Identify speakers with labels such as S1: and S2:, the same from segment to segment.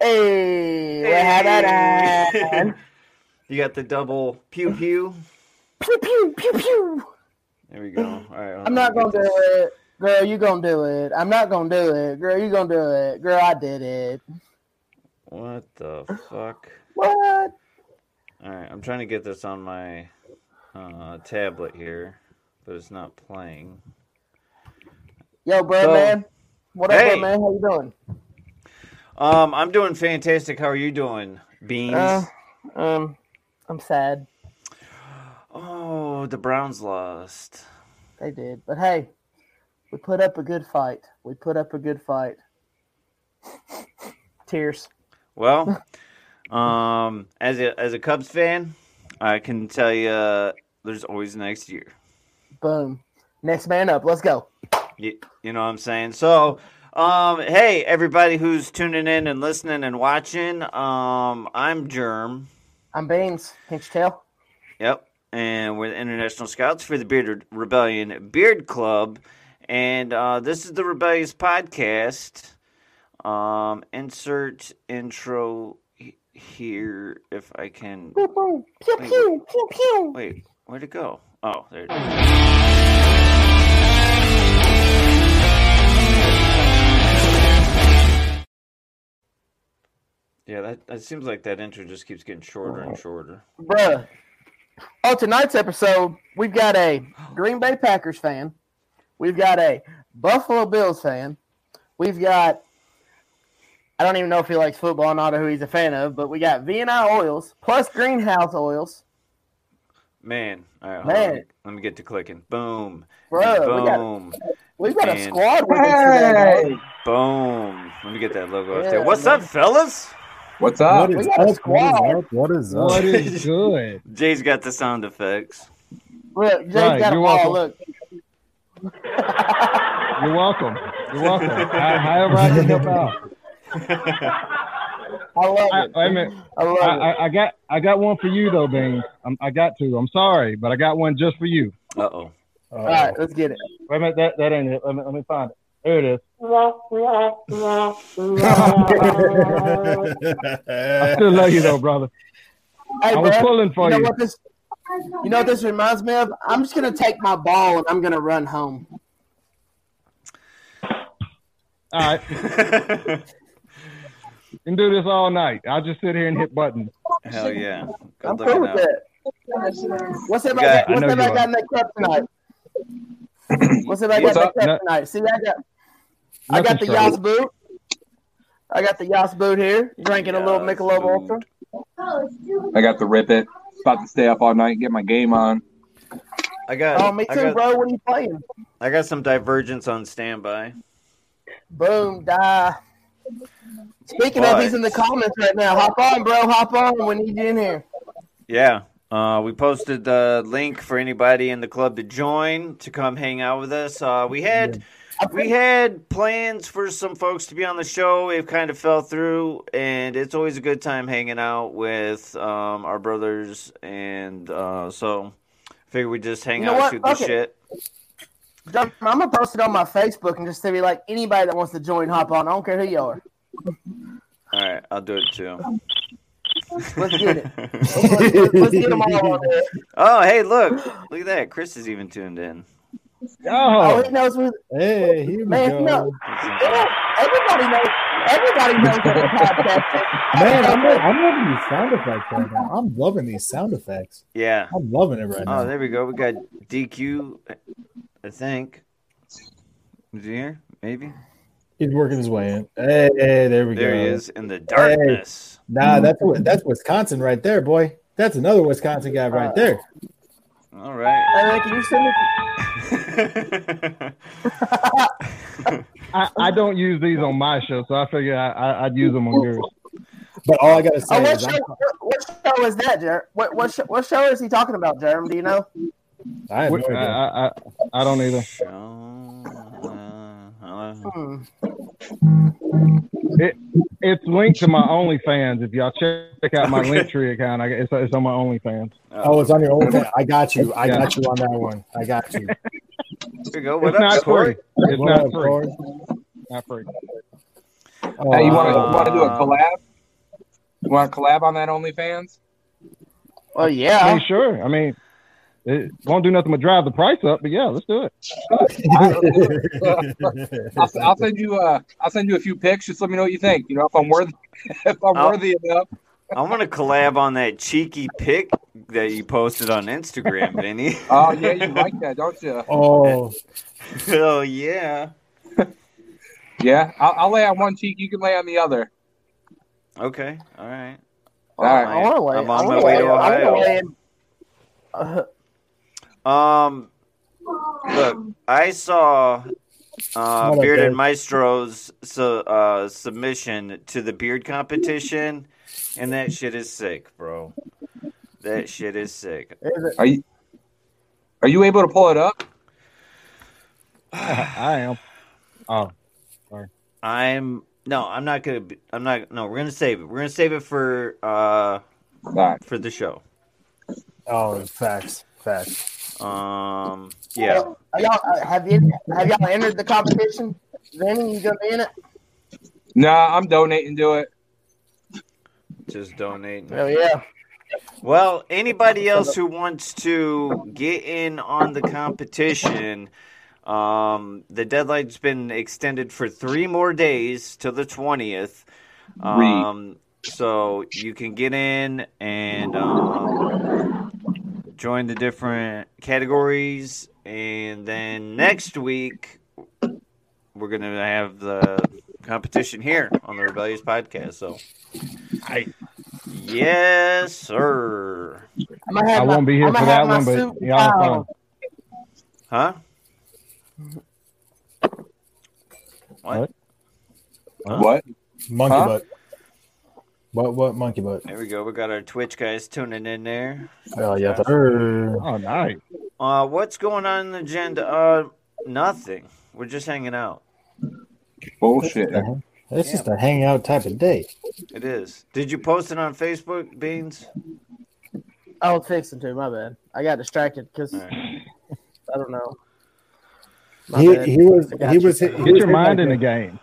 S1: Hey, what happened?
S2: you got the double pew pew.
S1: pew pew pew pew.
S2: There we go. All right.
S1: I'm
S2: hold on,
S1: not
S2: let
S1: gonna
S2: me get
S1: do
S2: this-
S1: it, girl. You gonna do it? I'm not gonna do it, girl. You gonna do it, girl? I did it.
S2: What the fuck?
S1: What?
S2: All right, I'm trying to get this on my uh, tablet here, but it's not playing.
S1: Yo, bro,
S2: So-
S1: man. What up, bro,
S2: Hey.
S1: man? How you doing?
S2: Um, I'm doing fantastic. How are you doing, Beans?
S1: Uh, um, I'm sad.
S2: oh, the Browns lost.
S1: They did, but hey, we put up a good fight. We put up a good fight. Tears.
S2: Well, um, as a as a Cubs fan, I can tell you uh, there's always next year.
S1: Boom. Next man up. Let's go.
S2: You, you know what I'm saying? So, um, hey, everybody who's tuning in and listening and watching, um, I'm Germ.
S1: I'm Beans. Can't you tell?
S2: Yep. And we're the International Scouts for the Beard Rebellion Beard Club. And uh, this is the Rebellious Podcast. Um, insert intro he- here if I can.
S1: Pew, pew, pew, pew, pew, pew.
S2: Wait, where'd it go? Oh, there it is. Yeah, that, that seems like that intro just keeps getting shorter and shorter.
S1: Bruh. On tonight's episode, we've got a Green Bay Packers fan. We've got a Buffalo Bills fan. We've got, I don't even know if he likes football or not or who he's a fan of, but we got V&I Oils plus Greenhouse Oils.
S2: Man, all right,
S1: Man.
S2: Hold on. Let me get to clicking. Boom.
S1: Bruh, we got,
S2: boom.
S1: we've got a
S2: Man.
S1: squad with us today.
S3: Hey,
S1: dog.
S2: Boom. Let me get that logo up
S1: Yeah,
S2: there. What's
S1: man.
S2: up, fellas?
S3: what's up?
S1: is- Ah, we got a squad.
S4: What is up?
S5: What is good?
S2: Jay's got the sound effects.
S1: Look, Jay's
S5: Right,
S1: got a
S5: you're
S1: ball.
S5: welcome.
S1: Look.
S5: You're welcome. You're welcome. I, however I can help out.
S1: I love
S5: I,
S1: it.
S5: I, mean,
S1: I love
S5: I,
S1: it.
S5: I, I got I got one for you though, Beans. I'm, I got two. I'm sorry, but I got one just for you.
S2: Uh oh.
S5: Uh,
S1: All right, let's get it.
S5: Wait a minute, that, that ain't it. Let me, let me find it. There it is. I still love you though, brother.
S1: Hey,
S5: I was
S1: bro,
S5: pulling
S1: you
S5: for
S1: know
S5: you.
S1: what this? You know what this reminds me of? I'm just gonna take my ball and I'm gonna run home.
S5: All right, you can do this all night. I'll just sit here and hit buttons.
S2: Hell yeah. Good
S1: I'm
S2: looking
S1: cool with
S2: out.
S1: that. What's everybody?
S2: Yeah,
S5: I
S1: what's
S5: know you
S1: everybody
S5: are.
S1: got in that cup tonight? What's everybody
S3: What's
S1: got
S3: up?
S1: in that
S5: No-
S1: cup tonight? See, I got I got the
S5: Nothing straight.
S1: Yas boot. I got the Yas boot here, drinking a little
S2: Yas
S1: Michelob
S2: boot.
S1: Ultra.
S3: I got the rip it. About to stay up all night and get my game on.
S2: I got,
S1: Oh, me
S2: I,
S1: too,
S2: got
S1: bro. What are you playing?
S2: I got some divergence on standby.
S1: Boom, die. Speaking of,
S2: But-
S1: he's in the comments right now. Hop on, bro. Hop on. We need you in here.
S2: Yeah. Uh, we posted the link for anybody in the club to join to come hang out with us. Uh, we had we had plans for some folks to be on the show. It kind of fell through, and it's always a good time hanging out with um, our brothers. And uh, so, figure we just hang
S1: You know
S2: out,
S1: what?
S2: shoot
S1: Fuck
S2: the
S1: it.
S2: shit.
S1: I'm gonna post it on my Facebook and just to be like anybody that wants to join, hop on. I don't care who you are.
S2: All right, I'll do it too.
S1: Um, Let's get it. Let's, let's- let's get them all on there.
S2: oh, hey, look, look at that. Chris is even tuned in.
S1: Oh,
S5: Oh,
S1: he knows who.
S4: Hey, here we
S1: Man,
S4: go.
S1: he knows. yeah, Everybody knows. Everybody knows what the podcast. is.
S4: Man, I'm, lo- I'm loving these sound effects right now. I'm loving these sound effects.
S2: Yeah.
S4: I'm loving it right
S2: Oh,
S4: now.
S2: there we go. We got DQ, I think. Is he here? Maybe.
S4: He's working his way in. Hey, hey, there we
S2: There
S4: go.
S2: he is in the darkness.
S4: Nah, that's Wi- that's Wisconsin right there, boy. That's another Wisconsin guy right there.
S2: All right.
S1: Hey, man, can you send me?
S5: I, I don't use these on my show, so I figure I, I, I'd use them on yours.
S4: But all I gotta say
S1: Oh, what
S4: is,
S1: show?
S4: I'm,
S1: What, what show is that, Jer? What what show, what show is he talking about, Jerem? Do you know?
S4: I have no
S5: I,
S4: idea.
S5: I, I, I don't
S2: uh,
S5: either.
S2: Show, uh,
S1: Hmm.
S5: It's linked to my OnlyFans. If y'all check out my Linktree account, I, it's, it's on my OnlyFans.
S4: Oh, it's on your own. I got you. I
S5: Yeah.
S4: got you on that one. I got you.
S2: There you go. What
S5: It's
S2: up,
S5: not free.
S2: Corey?
S5: It's
S4: What
S5: not
S4: up,
S5: free.
S4: Corey?
S5: Not free.
S4: Oh,
S3: hey, you
S4: I-
S3: want to you want to do a
S2: Um,
S3: collab? Want to collab on that OnlyFans?
S1: Well,
S5: I
S1: yeah.
S5: mean, sure. I mean, it won't do nothing but drive the price up. But yeah, let's do it.
S3: I'll, I'll send you. Uh, I'll send you a few pics. Just let me know what you think. You know, if I'm worthy, if I'm
S2: I'll-
S3: worthy enough.
S2: I want to collab on that cheeky pic that you posted on Instagram, Vinny.
S3: Oh yeah, you like that, don't you?
S4: oh,
S2: oh yeah.
S3: Yeah, I'll, I'll lay on one cheek. You can lay on the other.
S2: Okay. All right.
S1: Oh,
S3: All right.
S1: I want to lay.
S2: I'm
S1: I
S2: on
S1: wanna
S2: my way to
S1: lay- I wanna
S2: Ohio.
S1: lay in- Uh,
S2: Um, look, I saw uh,
S4: Not
S2: Bearded
S4: okay.
S2: Maestro's su- uh, submission to the beard competition, and that shit is sick, bro. That shit is sick.
S1: is it-
S3: Are you able to pull it up?
S5: I am. Oh,
S2: I'm no, I'm not gonna. Be, I'm not. No, we're gonna save it. We're gonna save it for uh
S3: All right.
S2: for the show.
S4: oh, facts, facts.
S2: Um, yeah.
S1: Are y'all, uh, have you have y'all entered the competition? Vinny, you gonna be in it?
S3: Nah, I'm donating to it.
S2: Just donate.
S1: Oh yeah.
S2: Well, anybody else who wants to get in on the competition, um, the deadline's been extended for three more days till the twentieth. Um, so you can get in and um, join the different categories, and then next week we're gonna have the competition here on the Rebellious Podcast. So, yes, sir.
S1: I'm gonna
S5: I
S1: have my-
S5: won't be here
S1: I'ma
S5: for
S1: have
S5: that
S1: my
S5: one, but
S1: suit and
S5: y'all
S1: tie
S5: fun.
S1: on.
S2: Huh?
S5: What?
S2: What?
S3: What?
S4: Monkey
S3: Huh?
S4: butt. What? What? Monkey butt.
S2: There we go. We got our Twitch guys tuning in there.
S4: Oh yeah. the-
S5: Oh, nice.
S2: Uh, what's going on in the agenda? Uh, nothing. We're just hanging out.
S3: Bullshit.
S4: It's just a hangout type of day.
S2: It is. Did you post it on Facebook, Beans?
S1: I was fixing to. Oh, My bad. I got distracted because
S2: All right.
S1: I don't know. My
S4: He,
S1: bad.
S4: he was
S1: I got
S4: he
S1: you.
S4: was hit- he
S5: Get
S4: was
S5: your
S4: hit
S5: mind in
S4: like
S5: the
S4: a-
S5: game.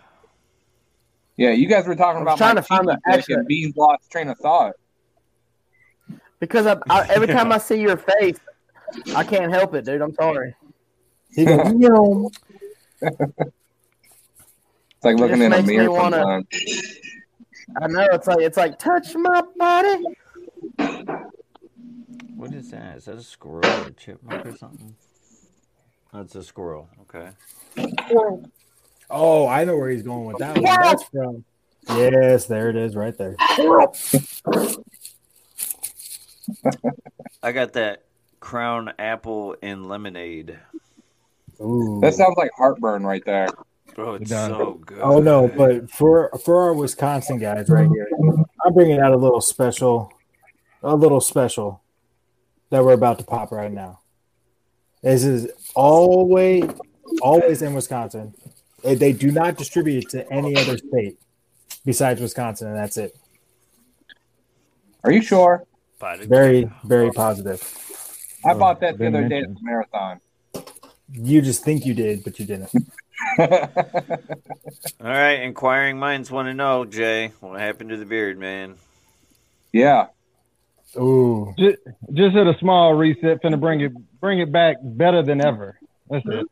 S3: Yeah, you guys were talking
S1: I'm
S3: about
S1: trying
S3: my
S1: to find
S3: cheeky
S1: the
S3: pic
S1: actual-
S3: and Bean's lost train of thought.
S1: Because I, I, every time I see your face, I can't help it, dude. I'm sorry.
S4: He goes, you know,
S3: It's like looking
S1: just
S3: in a
S1: makes me
S3: mirror
S1: wanna-
S3: sometimes.
S1: I know it's like it's like touch my body.
S2: What is that? Is that a squirrel or a chipmunk or something? That's a squirrel. Okay.
S4: oh, I know where he's going with that one. That's from. Yes, there it is, right there.
S2: I got that crown apple and lemonade.
S4: Ooh.
S3: That sounds like heartburn right there.
S2: Bro, it's
S5: Done.
S2: so good.
S4: Oh no, but for for our Wisconsin guys right here, I'm bringing out a little special, a little special that we're about to pop right now. This is always always in Wisconsin. They, they do not distribute it to any other state besides Wisconsin, and that's it.
S3: Are you sure?
S2: But it-
S4: Very very positive.
S3: I
S5: Oh,
S3: bought that the
S5: didn't
S3: other day at
S5: mention.
S3: the marathon.
S4: You just think you did, but you didn't.
S2: All right. Inquiring minds want to know, Jay, what happened to the beard, man?
S3: yeah.
S4: Ooh,
S5: Just, just hit a small reset. Finna bring it, bring it back better than ever. That's it.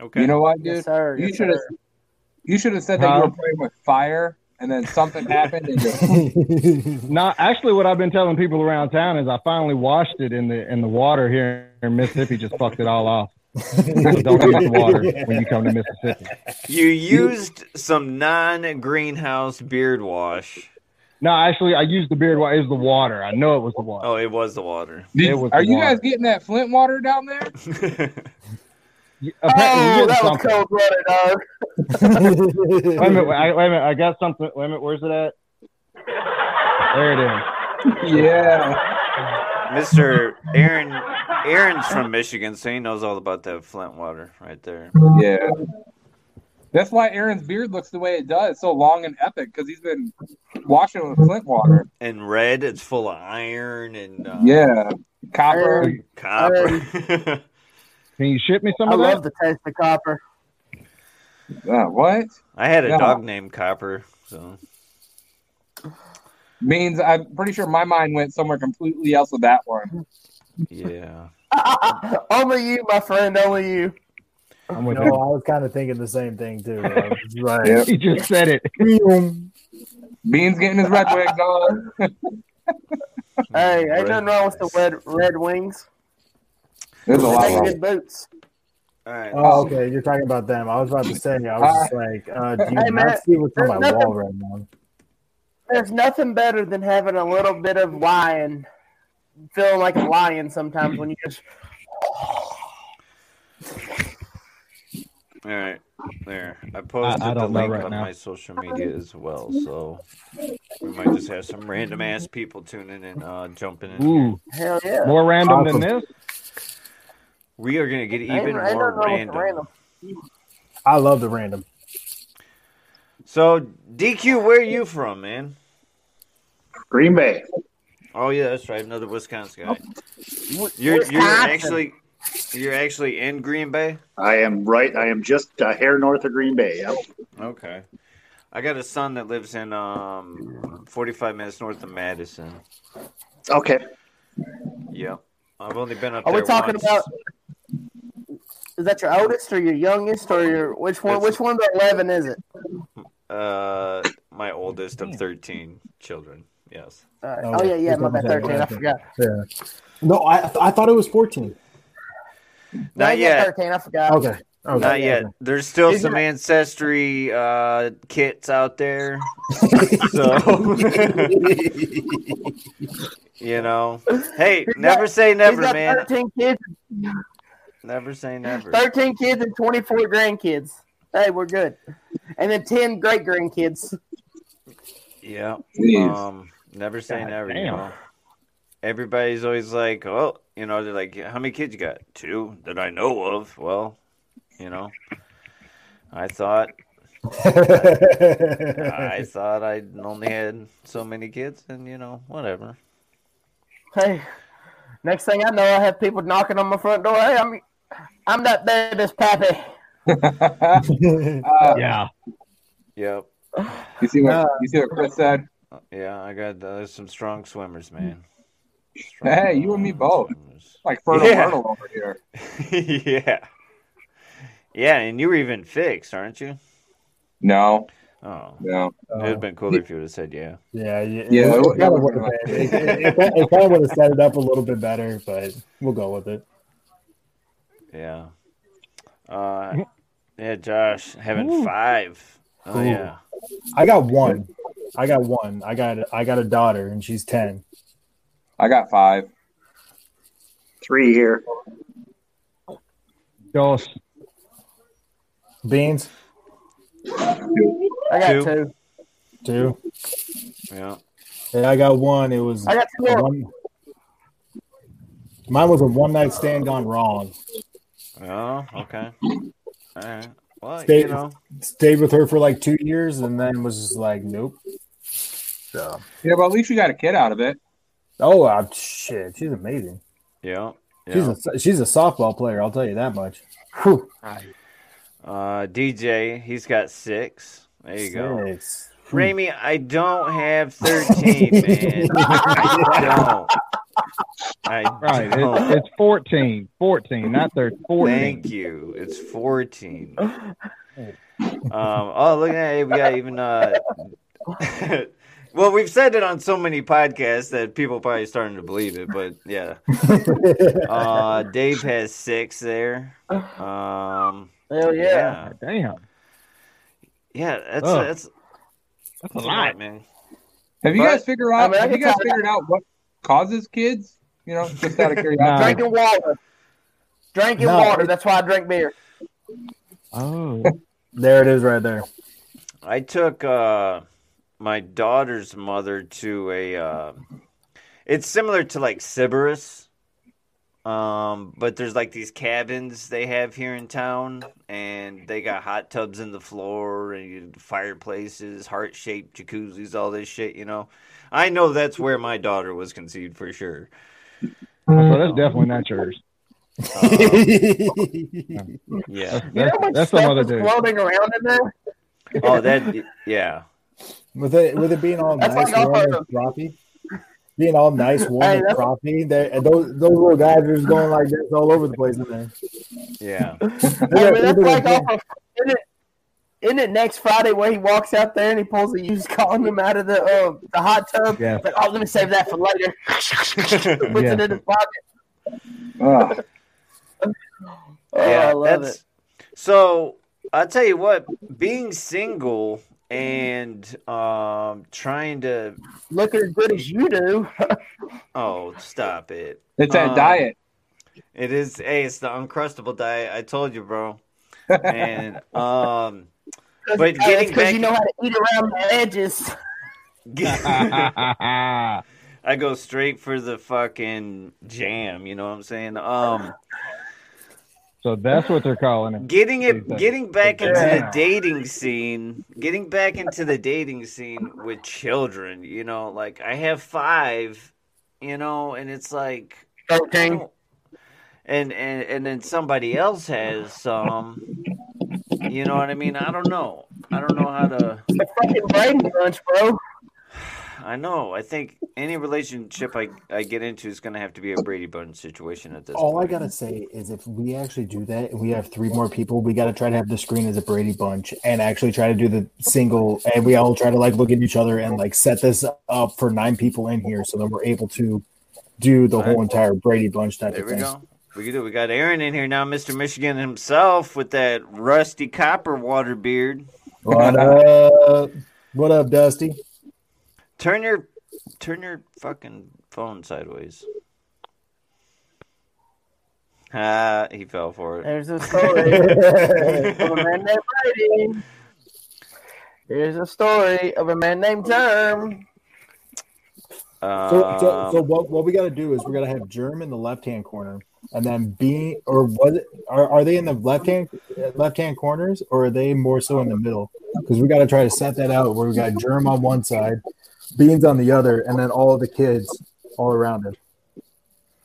S2: Okay.
S3: You know what,
S1: Yes,
S3: dude?
S1: sir.
S3: You
S1: Yes,
S3: should have
S1: sir.
S3: you should have said that you
S5: Huh?
S3: were playing with fire and then something happened and you
S5: Now, actually, what I've been telling people around town is I finally washed it in the in the water here in Mississippi. Just fucked it all off. So don't use the water when you come to Mississippi.
S2: You used some non-greenhouse beard wash.
S5: No, actually, I used the beard water. It was the water. I know it was the water.
S2: Oh, it was the water.
S5: It was
S3: Are
S5: the
S3: you
S5: water.
S3: guys getting that Flint water down there?
S5: You- apparently you
S1: Oh,
S5: did
S1: that was
S5: something.
S1: cold blooded, dog.
S5: Wait a minute. I, wait a minute. I got something. Wait a minute. Where's it at? There it is.
S3: Yeah.
S2: Mr. Aaron Aaron's from Michigan, so he knows all about that Flint water right there.
S3: Yeah. That's why Aaron's beard looks the way it does. It's so long and epic because he's been washing with Flint water.
S2: And red, it's full of iron and uh,
S3: Yeah. Copper.
S1: Aaron,
S2: copper.
S5: Can you ship me some
S1: I
S5: of that?
S1: love the taste of copper.
S3: Uh, what?
S2: I had a
S3: Yeah.
S2: dog named Copper, so
S3: means I'm pretty sure my mind went somewhere completely else with that one.
S2: Yeah.
S1: only you, my friend. Only you.
S5: I'm
S4: No,
S5: with
S4: I
S5: you.
S4: was kind of thinking the same thing too. I was right.
S3: Yep.
S5: He just said it.
S3: Beans getting his red wigs on.
S1: Hey, ain't
S2: Red
S1: nothing wrong with the
S2: Wings.
S1: red red wings.
S3: There's a
S1: They
S3: lot
S1: make
S3: of
S1: good boots.
S2: All right.
S4: Oh, okay. You're talking about them. I was about to say. I was just like, uh, do you
S1: Hey, man,
S4: not see what's on my
S1: there's nothing-
S4: wall right now?
S1: There's nothing better than having a little bit of lion, feeling like a lion sometimes when you just
S2: All right. There. I posted
S5: I
S2: the
S5: don't know
S2: link
S5: right
S2: on
S5: now.
S2: my social media as well, so we might just have some random ass people tuning in, uh, jumping in.
S5: Ooh,
S1: hell yeah.
S5: more random than
S4: Awesome.
S5: this.
S2: We are gonna get
S1: Ain't-
S2: even
S1: ain't
S2: more
S1: nothing wrong with the
S2: random.
S4: I love the random.
S2: So, DQ, where are you from, man?
S6: Green Bay.
S2: Oh yeah, that's right. Another Wisconsin guy.
S1: W-
S2: You're you're
S1: Wisconsin.
S2: actually you're actually in Green Bay.
S6: I am right. I am just a hair north of Green Bay. Yep.
S2: Okay. I got a son that lives in um 45 minutes north of Madison.
S6: Okay.
S2: Yep. I've only been up
S1: Are
S2: there
S1: we talking
S2: once.
S1: about? Is that your oldest or your youngest or your which one?
S2: That's-
S1: Which one of the eleven is it?
S2: uh my oldest of 13 children. Yes.
S1: All right.
S4: Oh,
S1: oh yeah, yeah,
S4: it's
S1: my bad,
S4: almost
S1: thirteen. I
S4: eleven.
S1: forgot.
S4: Yeah. No, I I thought it was 14.
S1: No,
S2: Not
S1: yeah,
S2: yet.
S1: Thirteen. I forgot.
S4: Okay. okay.
S2: Not yet. There's still
S1: Is
S2: some
S1: that-
S2: ancestry uh kits out there. so you know. Hey, never say
S1: He's
S2: never,
S1: got
S2: man.
S1: thirteen kids.
S2: Never say never.
S1: Thirteen kids and twenty-four grandkids. Hey, we're good. And then ten great grandkids.
S2: Yeah.
S3: these.
S2: Um, never say
S5: God
S2: never. You
S5: damn.
S2: know? Everybody's always like, oh, you know, they're like, how many kids you got? Two that I know of. Well, you know, I thought I thought I only had so many kids, and you know, whatever.
S1: Hey, next thing I know, I have people knocking on my front door. Hey, I'm I'm that baby's pappy.
S3: Uh,
S5: Yeah.
S2: Yep.
S3: you see what you see what Chris said?
S2: Yeah, I got uh, some strong swimmers, man.
S3: Hey, you and me both.
S2: swimmers.
S3: Like fertile
S2: Yeah.
S3: Myrtle over here.
S2: yeah. Yeah, and you were even fixed, aren't you?
S3: No,
S2: Oh,
S3: no.
S2: it would have been cooler if you would have said yeah.
S4: Uh, yeah, yeah,
S3: Yeah,
S4: It,
S3: that
S4: kind of
S3: was-
S4: would have been. It, it, it, it kind of would have set it up a little bit better, but we'll go with it.
S2: Yeah. Uh, yeah, Josh having five. Oh
S4: Ooh.
S2: yeah.
S4: I got one. I got one. I got I got a daughter, and she's ten.
S3: I got five.
S6: Three here.
S5: Dos.
S4: Beans
S1: I got
S2: Two.
S1: two.
S4: two.
S2: Yeah.
S4: And I got one. It was
S1: I got two.
S4: a
S1: More.
S4: one. Mine was a one night stand gone wrong.
S2: Oh, okay. All right. Well,
S4: Stay-
S2: you know.
S4: Stayed with her for like two years, and then was just like, nope. So
S3: Yeah, but at least you got a kid out of it.
S4: oh uh, shit, she's amazing.
S2: Yeah.
S4: She's
S2: Yeah.
S4: a she's a softball player. I'll tell you that much. Whew.
S2: Uh, DJ, he's got six. There you go.
S4: Six.
S2: Ramy, I don't have thirteen, man. I don't. I
S5: Right.
S2: don't.
S1: Oh.
S5: It's, it's 14. 14, not 13. 14.
S2: Thank you. It's 14. um, oh, look at it. We got even. Uh, well, we've said it on so many podcasts that people probably starting to believe it, but yeah. Uh, Dave has six there. Um,
S1: Hell yeah.
S2: yeah.
S5: Damn.
S2: Yeah, that's,
S5: Oh.
S2: that's, that's
S5: That's
S2: a lot, man.
S3: Have you
S2: But-
S3: guys figured out?
S1: I mean, I
S3: have you
S1: can
S3: guys
S1: tell-
S3: figured out what causes kids? You know, just out of
S5: Nah.
S3: curiosity.
S1: Drinking water. Drinking
S4: No.
S1: water. That's why I drink beer.
S5: Oh.
S4: There it is, right there.
S2: I took uh, my daughter's mother to a. Uh, it's similar to like Sybaris, um, but there's like these cabins they have here in town, and they got hot tubs in the floor and you- fireplaces, heart shaped jacuzzis, all this shit. You know, I know that's where my daughter was conceived for sure.
S5: So that's definitely not yours.
S2: Um, yeah.
S1: You know how much
S5: That's, that's, that's some
S1: stuff
S5: other
S1: is
S5: dude.
S1: floating around in there?
S2: Oh, that. Yeah.
S4: With it with it being all
S1: That's
S4: nice,
S1: like all
S4: warm,
S1: of
S4: and frothy, being all nice, warm,
S1: Hey,
S4: and
S1: that's-
S4: frothy, they, and those those little guys are just going like this all over the place in there.
S2: Yeah.
S1: I mean,
S4: Yeah,
S1: that's
S4: it is,
S1: like
S4: yeah.
S1: off of, isn't, it, isn't it next Friday where he walks out there and he pulls a used condom out of the uh, the hot tub?
S5: Yeah.
S1: But oh, let me save that for later. Puts
S5: Yeah.
S1: it in his pocket.
S3: Ugh.
S1: Oh, I love it.
S2: So I tell you what, being single and um trying to
S1: Looking as good as you do.
S2: oh stop it.
S3: It's that
S2: Um,
S3: diet.
S2: It is hey, it's the uncrustable diet. I told you, bro. And um But getting
S1: because
S2: back-
S1: you know how to eat around the edges.
S2: I go straight for the fucking jam, you know what I'm saying? Um
S5: so that's what they're calling it.
S2: getting it
S5: Exactly.
S2: getting back into the
S1: Yeah.
S2: dating scene getting back into the dating scene with children you know like i have five you know and it's like I
S1: Thirteen.
S2: don't- and and and then somebody else has some you know what i mean i don't know i don't know how to
S1: The fucking brain crunch, bro.
S2: i know i think any relationship i i get into is going to have to be a brady bunch situation at this
S4: All I
S2: point
S4: gotta say is if we actually do that and we have three more people, we gotta try to have the screen as a Brady bunch and actually try to do the single and we all try to like look at each other and like set this up for nine people in here so then we're able to do the whole entire Brady bunch type
S2: There
S4: of
S2: we
S4: thing.
S2: go. We can do. it. We got Aaron in here now, Mister Michigan himself, with that rusty copper water beard.
S4: What up? What up, Dusty?
S2: Turn your, turn your fucking phone sideways. Ah, he fell for it.
S1: There's a story. of a man named Brady. Here's a story of a man named Germ.
S4: So, so, so
S2: Um,
S4: what, what we got to do is we're going to have Germ in the left hand corner, and then B or was it, are are they in the left hand left hand corners or are they more so in the middle? Because we got to try to set that out where we got Germ on one side, Beans on the other, and then all the kids all around it.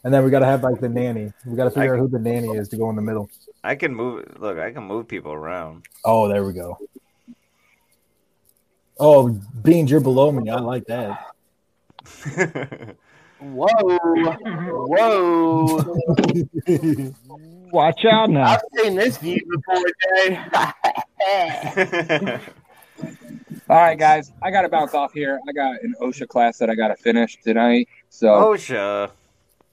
S4: And then we got to have like the nanny. We got to figure out who the nanny is to go in the middle.
S2: I can move. Look, I can move people around.
S4: Oh, there we go. Oh, Beans, you're below me. I like that.
S1: Whoa. mhm. Whoa.
S5: Watch out now.
S1: I've seen this view before, Jay.
S3: All right, guys, I got to bounce off here. I got an OSHA class that I got to finish tonight.
S2: Oh,
S3: So
S2: OSHA.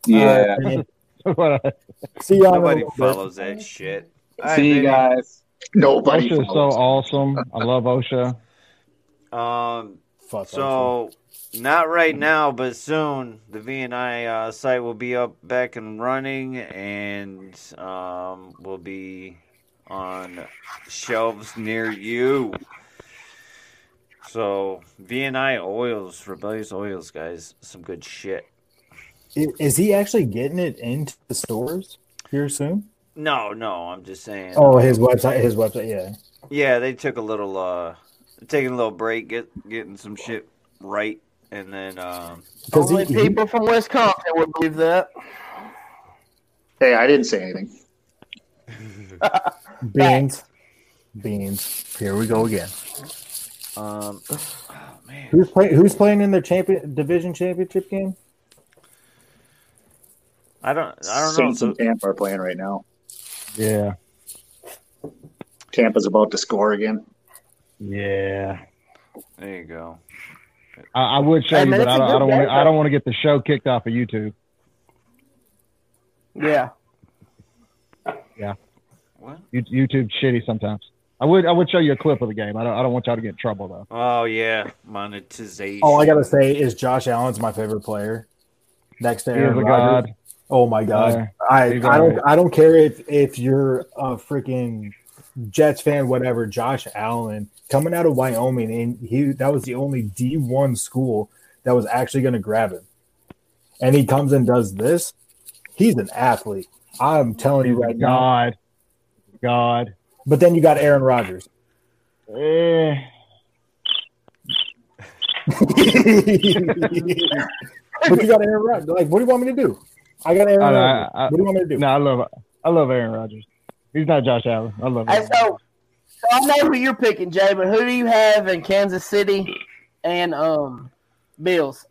S3: yeah,
S4: All right.
S5: What a-
S4: See y'all. in a
S2: Nobody
S4: little bit.
S2: follows that shit. All right,
S3: see you
S2: baby.
S3: guys.
S6: Nobody.
S5: OSHA is so
S6: follows.
S5: awesome. I love OSHA.
S2: Um,
S4: Fuck, Archie.
S2: So, not right now, but soon the V and I uh, site will be up, back and running, and um, will be on shelves near you. So, V and I oils, rebellious oils, guys, some good shit.
S4: I- Is he actually getting it into the stores here soon?
S2: No, no, I'm just saying.
S4: Oh, his website, his website, yeah.
S2: Yeah, they took a little uh, taking a little break, get getting some shit right, and then um,
S4: Because
S1: Only
S4: he,
S1: people from Wisconsin would believe that.
S6: Hey, I didn't say anything.
S4: he- beans, beans. Here we go again.
S2: um, oh man.
S4: Who's playing? Who's playing in the champion division championship game?
S2: I don't, I don't know.
S6: Saints
S2: So,
S6: and Tampa are playing right now.
S5: Yeah.
S6: Tampa's about to score again.
S5: Yeah.
S2: There you go.
S5: I, I would show
S1: Hey,
S5: you,
S1: man,
S5: but
S1: that's
S5: I
S1: a good
S5: don't, I don't want
S1: game,
S5: to. I don't want to get the show kicked off of YouTube.
S1: Yeah.
S2: What?
S5: You- YouTube's shitty sometimes. I would. I would show you a clip of the game. I don't. I don't want y'all to get in trouble though.
S2: Oh yeah, monetization.
S4: All I gotta say is Josh Allen's my favorite player. Next to
S5: He is
S4: Aaron
S5: a
S4: Rodgers.
S5: god.
S4: Oh my god!
S5: Yeah.
S4: I,
S5: He's
S4: I don't
S5: alright.
S4: I don't care if if you're a freaking Jets fan, whatever. Josh Allen coming out of Wyoming, and he that was the only D one school that was actually going to grab him, and he comes and does this. He's an athlete. I'm telling
S5: He's
S4: you
S5: a
S4: right now.
S5: god. God.
S4: But then you got Aaron Rodgers.
S5: Eh.
S4: but you got Aaron Rodgers. Like, what do you want me to do? I got Aaron
S5: I- I-
S4: Rodgers.
S5: I-
S4: what do you want me to do?
S5: No, I love. I love Aaron Rodgers. He's not Josh Allen. I love.
S1: And
S5: Aaron
S1: so, so I know who you're picking, Jay, but who do you have in Kansas City and um Bills.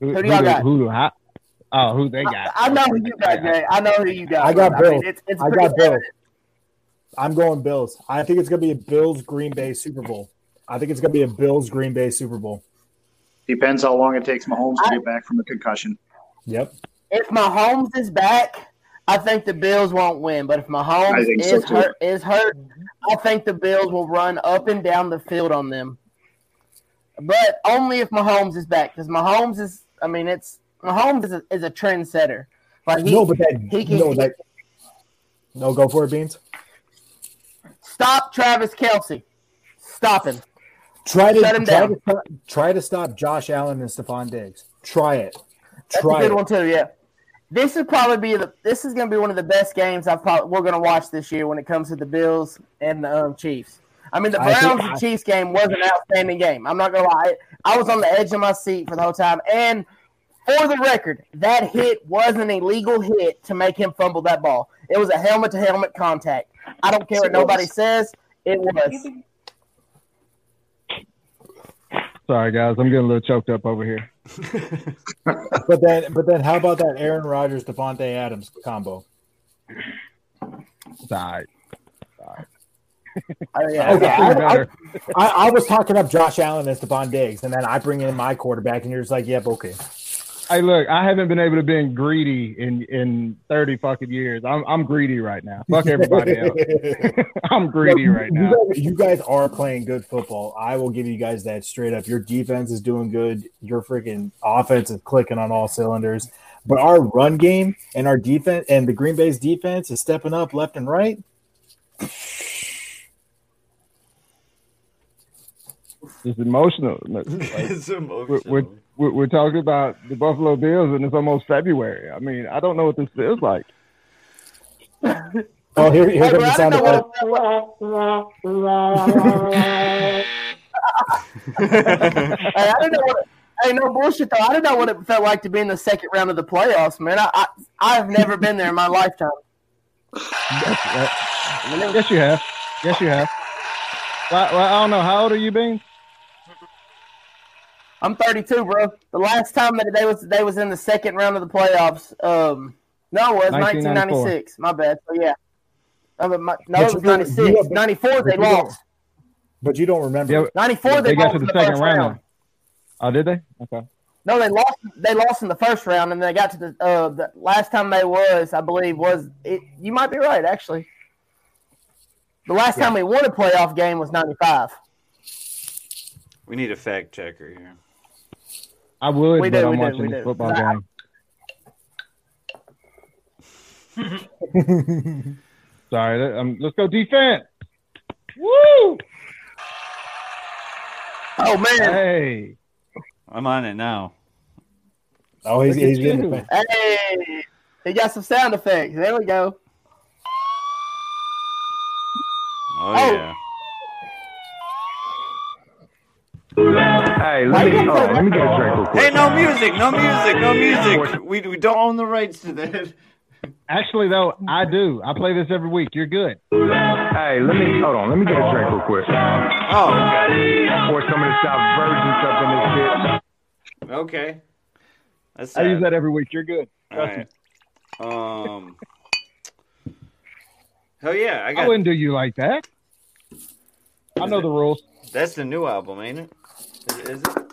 S5: Who,
S1: Who do
S5: who
S1: y'all got?
S5: Who do I? Oh, who they got?
S1: I, I know who you got, Jay. I know who you got.
S4: I got Bills.
S1: it's, it's
S4: I
S1: pretty
S4: got Bills.
S1: evident.
S4: I'm going Bills. I think it's going to be a Bills Green Bay Super Bowl. I think it's going to be a Bills Green Bay Super Bowl.
S6: Depends how long it takes Mahomes to get back from a concussion.
S4: Yep.
S1: If Mahomes is back, I think the Bills won't win. But if
S6: I
S1: Mahomes
S6: think so,
S1: is
S6: too.
S1: hurt, is hurt, I think the Bills will run up and down the field on them. But only if Mahomes is back, because Mahomes is. I mean, it's Mahomes is a, is a trendsetter. Like Uh, he,
S4: no, but that
S1: he can-
S4: no that no go for it, Beans.
S1: stop Travis Kelsey, stop him.
S4: Try to
S1: Shut him
S4: try
S1: down.
S4: to, stop, try to stop Josh Allen and Stephon Diggs. Try it.
S1: That's
S4: try
S1: a good
S4: it.
S1: one too. Yeah, this is probably be the this is going to be one of the best games I've probably we're going to watch this year when it comes to the Bills and the um, Chiefs. I mean, the
S4: I
S1: Browns
S4: think-
S1: and Chiefs game was an outstanding game. I'm not going to lie, I was on the edge of my seat for the whole time. And for the record, that hit was an illegal hit to make him fumble that ball. It was a helmet to helmet contact. I don't care what nobody says. It was.
S5: Sorry, guys. I'm getting a little choked up over here.
S4: But then but then how about that Aaron Rodgers Devontae Adams combo?
S5: It's all right.
S1: Oh, yeah.
S4: Okay,
S5: Feel
S4: I-
S5: better.
S4: I, I was talking up Josh Allen and Stephon Diggs, and then I bring in my quarterback, and you're just like, "Yep, okay."
S5: Hey, look, I haven't been able to be greedy in in thirty fucking years. I'm I'm greedy right now. Fuck everybody else. I'm greedy right
S4: You
S5: now.
S4: guys, you guys are playing good football. I will give you guys that straight up. Your defense is doing good. Your freaking offense is clicking on all cylinders. But our run game and our defense and the Green Bay's defense is stepping up left and right.
S5: It's emotional. Look, like,
S2: it's emotional.
S5: we're, we're talking about the Buffalo Bills, and it's almost February. I mean, I don't know what this feels like.
S4: Oh, here, here
S1: Hey,
S4: comes
S1: bro,
S4: the
S1: I
S4: sound
S1: didn't know
S4: effect.
S1: Hey, I don't know. What, hey, no bullshit though. I don't know what it felt like to be in the second round of the playoffs, man. I, I I've never been there in my lifetime.
S5: Yes, you have. Yes, you have. Well, well, I don't know. How old are you, Bean?
S1: I'm 32, bro. The last time that they was they was in the second round of the playoffs, um, no, it was
S5: 1994.
S1: 1996. My bad. So yeah, no, but my, no
S4: But
S1: it
S4: you
S1: was
S4: don't-
S1: 96.
S4: you don't-
S1: 94 they
S4: but you don't-
S1: lost.
S4: But you don't remember.
S5: Yeah,
S1: 94 they,
S5: they
S1: lost
S5: got to
S1: in
S5: the
S1: the
S5: second
S1: first
S5: round.
S1: round.
S5: Oh, did they? Okay.
S1: No, they lost. They lost in the first round, and they got to the uh, the last time they was, I believe, was it. You might be right, actually. The last time we won a playoff game was '95.
S2: we need a fact checker here.
S5: I would,
S1: We
S5: but
S1: do,
S5: I'm
S1: we do,
S5: watching
S1: we
S5: this
S1: do.
S5: football
S1: I-
S5: game. Sorry. that- Um, let's go defense. Woo!
S1: Oh man!
S5: Hey.
S2: I'm on it now.
S4: Oh, he's,
S5: Look at
S4: he's getting
S5: you.
S4: the fan.
S1: Hey, he got some sound effects. There we go.
S2: Oh,
S1: Oh.
S2: yeah.
S7: Hey, let me, oh, let me get a drink real quick.
S2: Hey, no music, no music, no music. We, we don't own the rights to that.
S5: Actually, though, I do. I play this every week. You're good.
S7: Hey, let me, hold on, let me get a drink real quick.
S2: Oh,
S7: Pour some of this divergence up in this bitch.
S2: okay. okay. That's
S5: I use
S2: sad.
S5: that every week. You're good.
S2: All right. Um. Hell yeah, I
S5: I
S2: got.
S5: wouldn't do you like that. I know the rules.
S2: That's the new album, ain't it? Is, is it?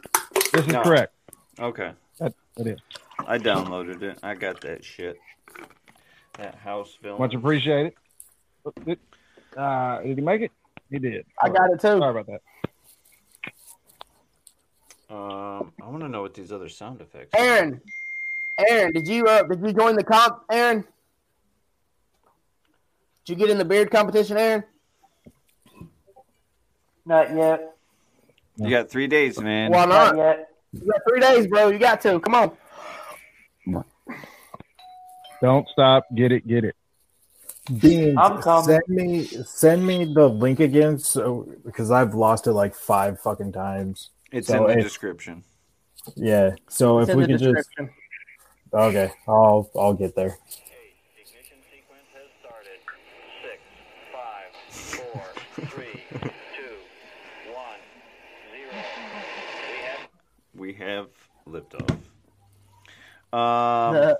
S5: This is
S2: No.
S5: correct.
S2: Okay.
S5: That, that is.
S2: I downloaded it. I got that shit. That house film.
S5: Much appreciated. Uh, did he make it? He did.
S1: I got it too.
S5: Sorry about that.
S2: Um, I want to know what these other sound effects. are.
S1: Aaron, Aaron, did you uh, did you join the comp? Aaron, did you get in the beard competition, Aaron? Not yet.
S2: you got three days, man.
S1: Why not?
S8: yet.
S1: You got three days, bro. You got to. Come on.
S5: Don't stop. Get it. Get it.
S4: Beans,
S8: I'm coming.
S4: send me send me the link again, so because I've lost it like five fucking times.
S2: It's
S4: So
S2: in the
S4: if-
S2: description.
S4: Yeah. So
S1: It's
S4: if
S1: in
S4: we
S1: the
S4: could just
S1: description.
S4: okay, I'll I'll get there.
S9: Ignition sequence has started. Six, five, four, three, two, one, zero.
S2: we have liftoff. Um,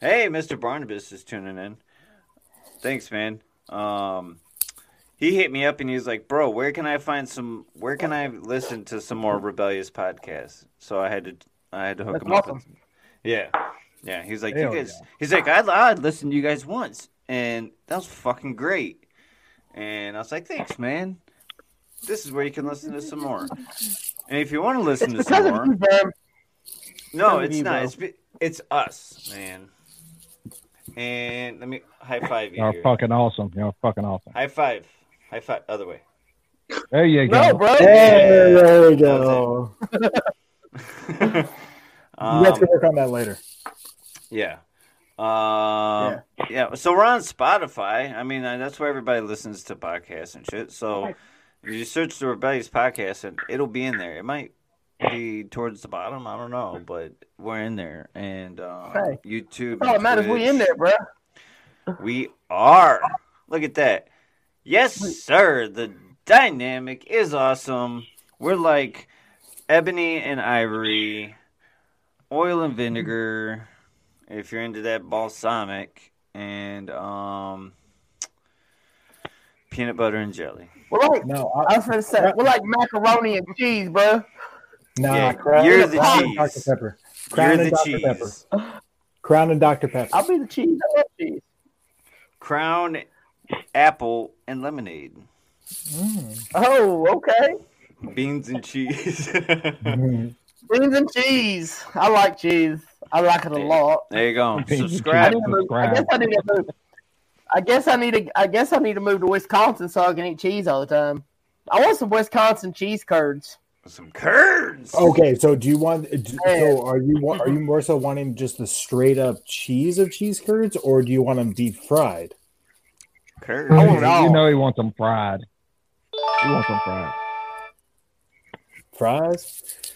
S2: hey, Mr. Barnabas is tuning in. Thanks, man. Um, he hit me up and he's like, "Bro, where can I find some? Where can I listen to some more rebellious podcasts?" So I had to, I had to hook
S1: That's
S2: him up.
S1: awesome.
S2: with- yeah, yeah. He's like,
S5: Hell
S2: "You guys," he's like, "I I listened to you guys once, and that was fucking great." And I was like, "Thanks, man. This is where you can listen to some more." And if you want to listen
S1: It's
S2: to some
S1: because
S2: more,
S1: of you, Verm. because
S2: no,
S1: of
S2: it's
S1: you,
S2: not.
S1: bro.
S2: It's, be- it's us, man. And let me high five you.
S1: Oh,
S5: Y'all
S2: here.
S5: fucking awesome. Y'all fucking awesome.
S2: High five. High five. Other way.
S5: There you go.
S1: No, bro.
S4: There, we
S2: that was
S4: go.
S2: Um,
S4: you guys can work on that later.
S2: yeah. Um, yeah. So we're on Spotify. I mean, uh, that's where everybody listens to podcasts and shit. So if you search the Rebellious podcast, and it'll be in there. It might be towards the bottom. I don't know, but we're in there. And um,
S1: Hey.
S2: YouTube.
S1: Oh, it
S2: and
S1: matters. We in
S2: Twitch.
S1: there, bro.
S2: We are. Look at that. Yes, sir. The dynamic is awesome. We're like ebony and ivory, oil and vinegar. If you're into that balsamic and um, peanut butter and jelly.
S1: We're like,
S4: No,
S1: I
S4: I,
S1: was gonna say, we're like macaroni and cheese, bro.
S4: nah,
S2: Yeah,
S4: Crown-
S2: you're the
S4: Crown and
S2: cheese.
S4: Dr. Pepper.
S2: You're
S4: Crown
S2: the
S4: and Dr. Pepper.
S2: cheese.
S4: Crown and Dr. Pepper.
S1: I'll be the cheese. I love cheese.
S2: Crown, apple, and lemonade.
S1: Oh, okay.
S2: Beans and cheese.
S4: Mhm.
S1: Beans and cheese. I like cheese. I like it a
S2: Yeah.
S1: lot.
S2: there you go.
S5: Beans and
S1: I,
S2: Subscribe.
S1: need to move- I guess I need to move. I guess I need to. I guess I need to move to Wisconsin so I can eat cheese all the time. I want some Wisconsin cheese curds.
S2: Some curds.
S4: Okay, so do you want? do-
S1: Man.
S4: So are you wa- are you more so wanting just the straight up cheese of cheese curds, or do you want them deep fried?
S2: Curds.
S1: I want it all.
S5: You know he wants them fried. He wants them fried.
S4: fries.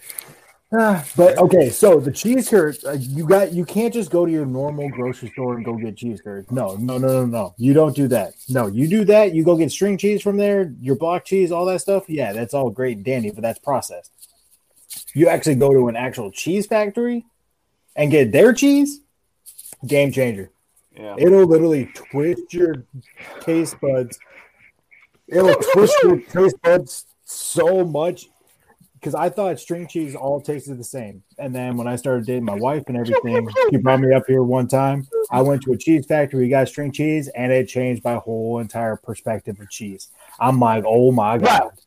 S4: Ah, But okay, so the cheese curds uh, you got you can't just go to your normal grocery store and go get cheese curds. No, no, no, no, no. You don't do that. No, you do that. You go get string cheese from there, your block cheese, all that stuff. Yeah, that's all great and dandy, but that's processed. You actually go to an actual cheese factory and get their cheese. Game changer.
S2: Yeah.
S4: It'll literally twist your taste buds. It'll twist your taste buds so much because I thought string cheese all tasted the same. And then when I started dating my wife and everything, she brought me up here one time. I went to a cheese factory, got string cheese, and it changed my whole entire perspective of cheese. I'm like, oh my god,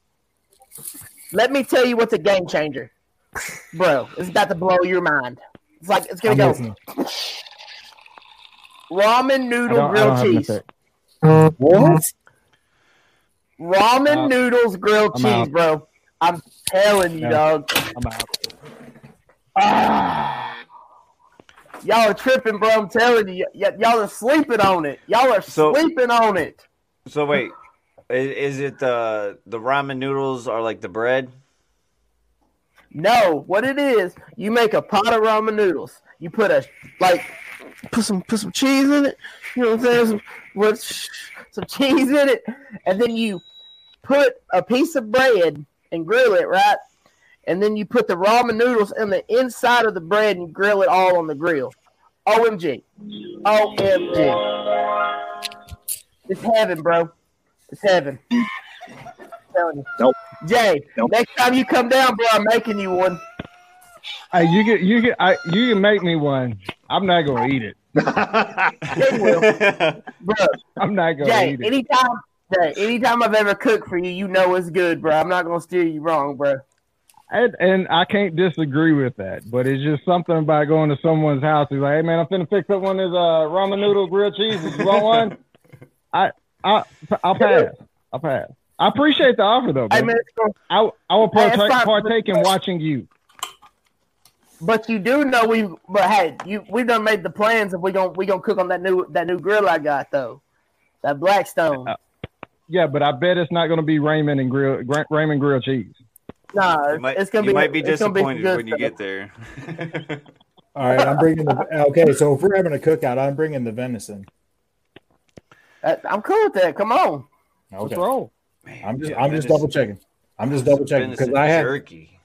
S1: Let me tell you what's a game changer, bro. It's about to blow your mind. It's like it's gonna
S4: I'm
S1: go
S4: listening.
S1: ramen
S5: I
S1: noodle
S5: don't, I don't
S1: grilled
S5: have
S1: cheese.
S5: nothing.
S4: what?
S1: Ramen
S5: Uh,
S1: noodles grilled
S5: I'm
S1: cheese,
S5: out.
S1: bro. I'm telling you,
S5: Yeah.
S1: dog.
S5: I'm out.
S1: Y'all are tripping, bro. I'm telling you. Y- y- y'all are sleeping on it. Y'all are
S2: So-
S1: sleeping on it.
S2: So wait, i- is it the the ramen noodles are like the bread?
S1: No, what it is, you make a pot of ramen noodles. You put a like, put some put some cheese in it. You know what I'm saying? Some, with some cheese in it, and then you put a piece of bread and grill it right. And then you put the ramen noodles in the inside of the bread and you grill it all on the grill. OMG, OMG, it's heaven, bro. It's heaven. I'm telling you.
S6: Nope.
S1: Jay,
S6: Nope.
S1: next time you come down, bro, I'm making you one.
S5: Hey, you can you can I, you can make me one. I'm not gonna eat it.
S1: It will. bro.
S5: I'm not gonna
S1: Jay,
S5: eat it.
S1: anytime, Jay, anytime I've ever cooked for you, you know it's good, bro. I'm not gonna steer you wrong, bro.
S5: And, and I can't disagree with that, but it's just something about going to someone's house. He's like, "Hey man, I'm finna fix up one of these uh, ramen noodle grilled cheeses. You want one? I I I'll pass. I'll pass. I appreciate the offer though.
S1: Hey,
S5: man.
S1: man, it's cool.
S5: I I will
S1: Hey, it's
S5: partake,
S1: fine.
S5: partake in watching you.
S1: but you do know we. But hey, you we done made the plans if we gonna we gonna cook on that new that new grill I got though, that Blackstone.
S5: Uh, Yeah, but I bet it's not gonna be Raymond and grill Gra- Raymond grilled cheese.
S1: nah,
S2: you might,
S1: it's gonna
S2: you
S1: be
S2: might be
S1: it's gonna be some
S2: disappointed
S1: good
S2: when you
S1: stuff.
S2: get there.
S4: All right, I'm bringing the okay. So if we're having a cookout, I'm bringing the venison.
S1: Uh, I'm cool with that. Come on,
S5: What's
S4: Okay,
S5: wrong?
S4: I'm just
S2: Yeah,
S4: I'm just
S2: venison-
S4: double checking. I'm just double checking because
S2: venison
S4: I had
S2: jerky.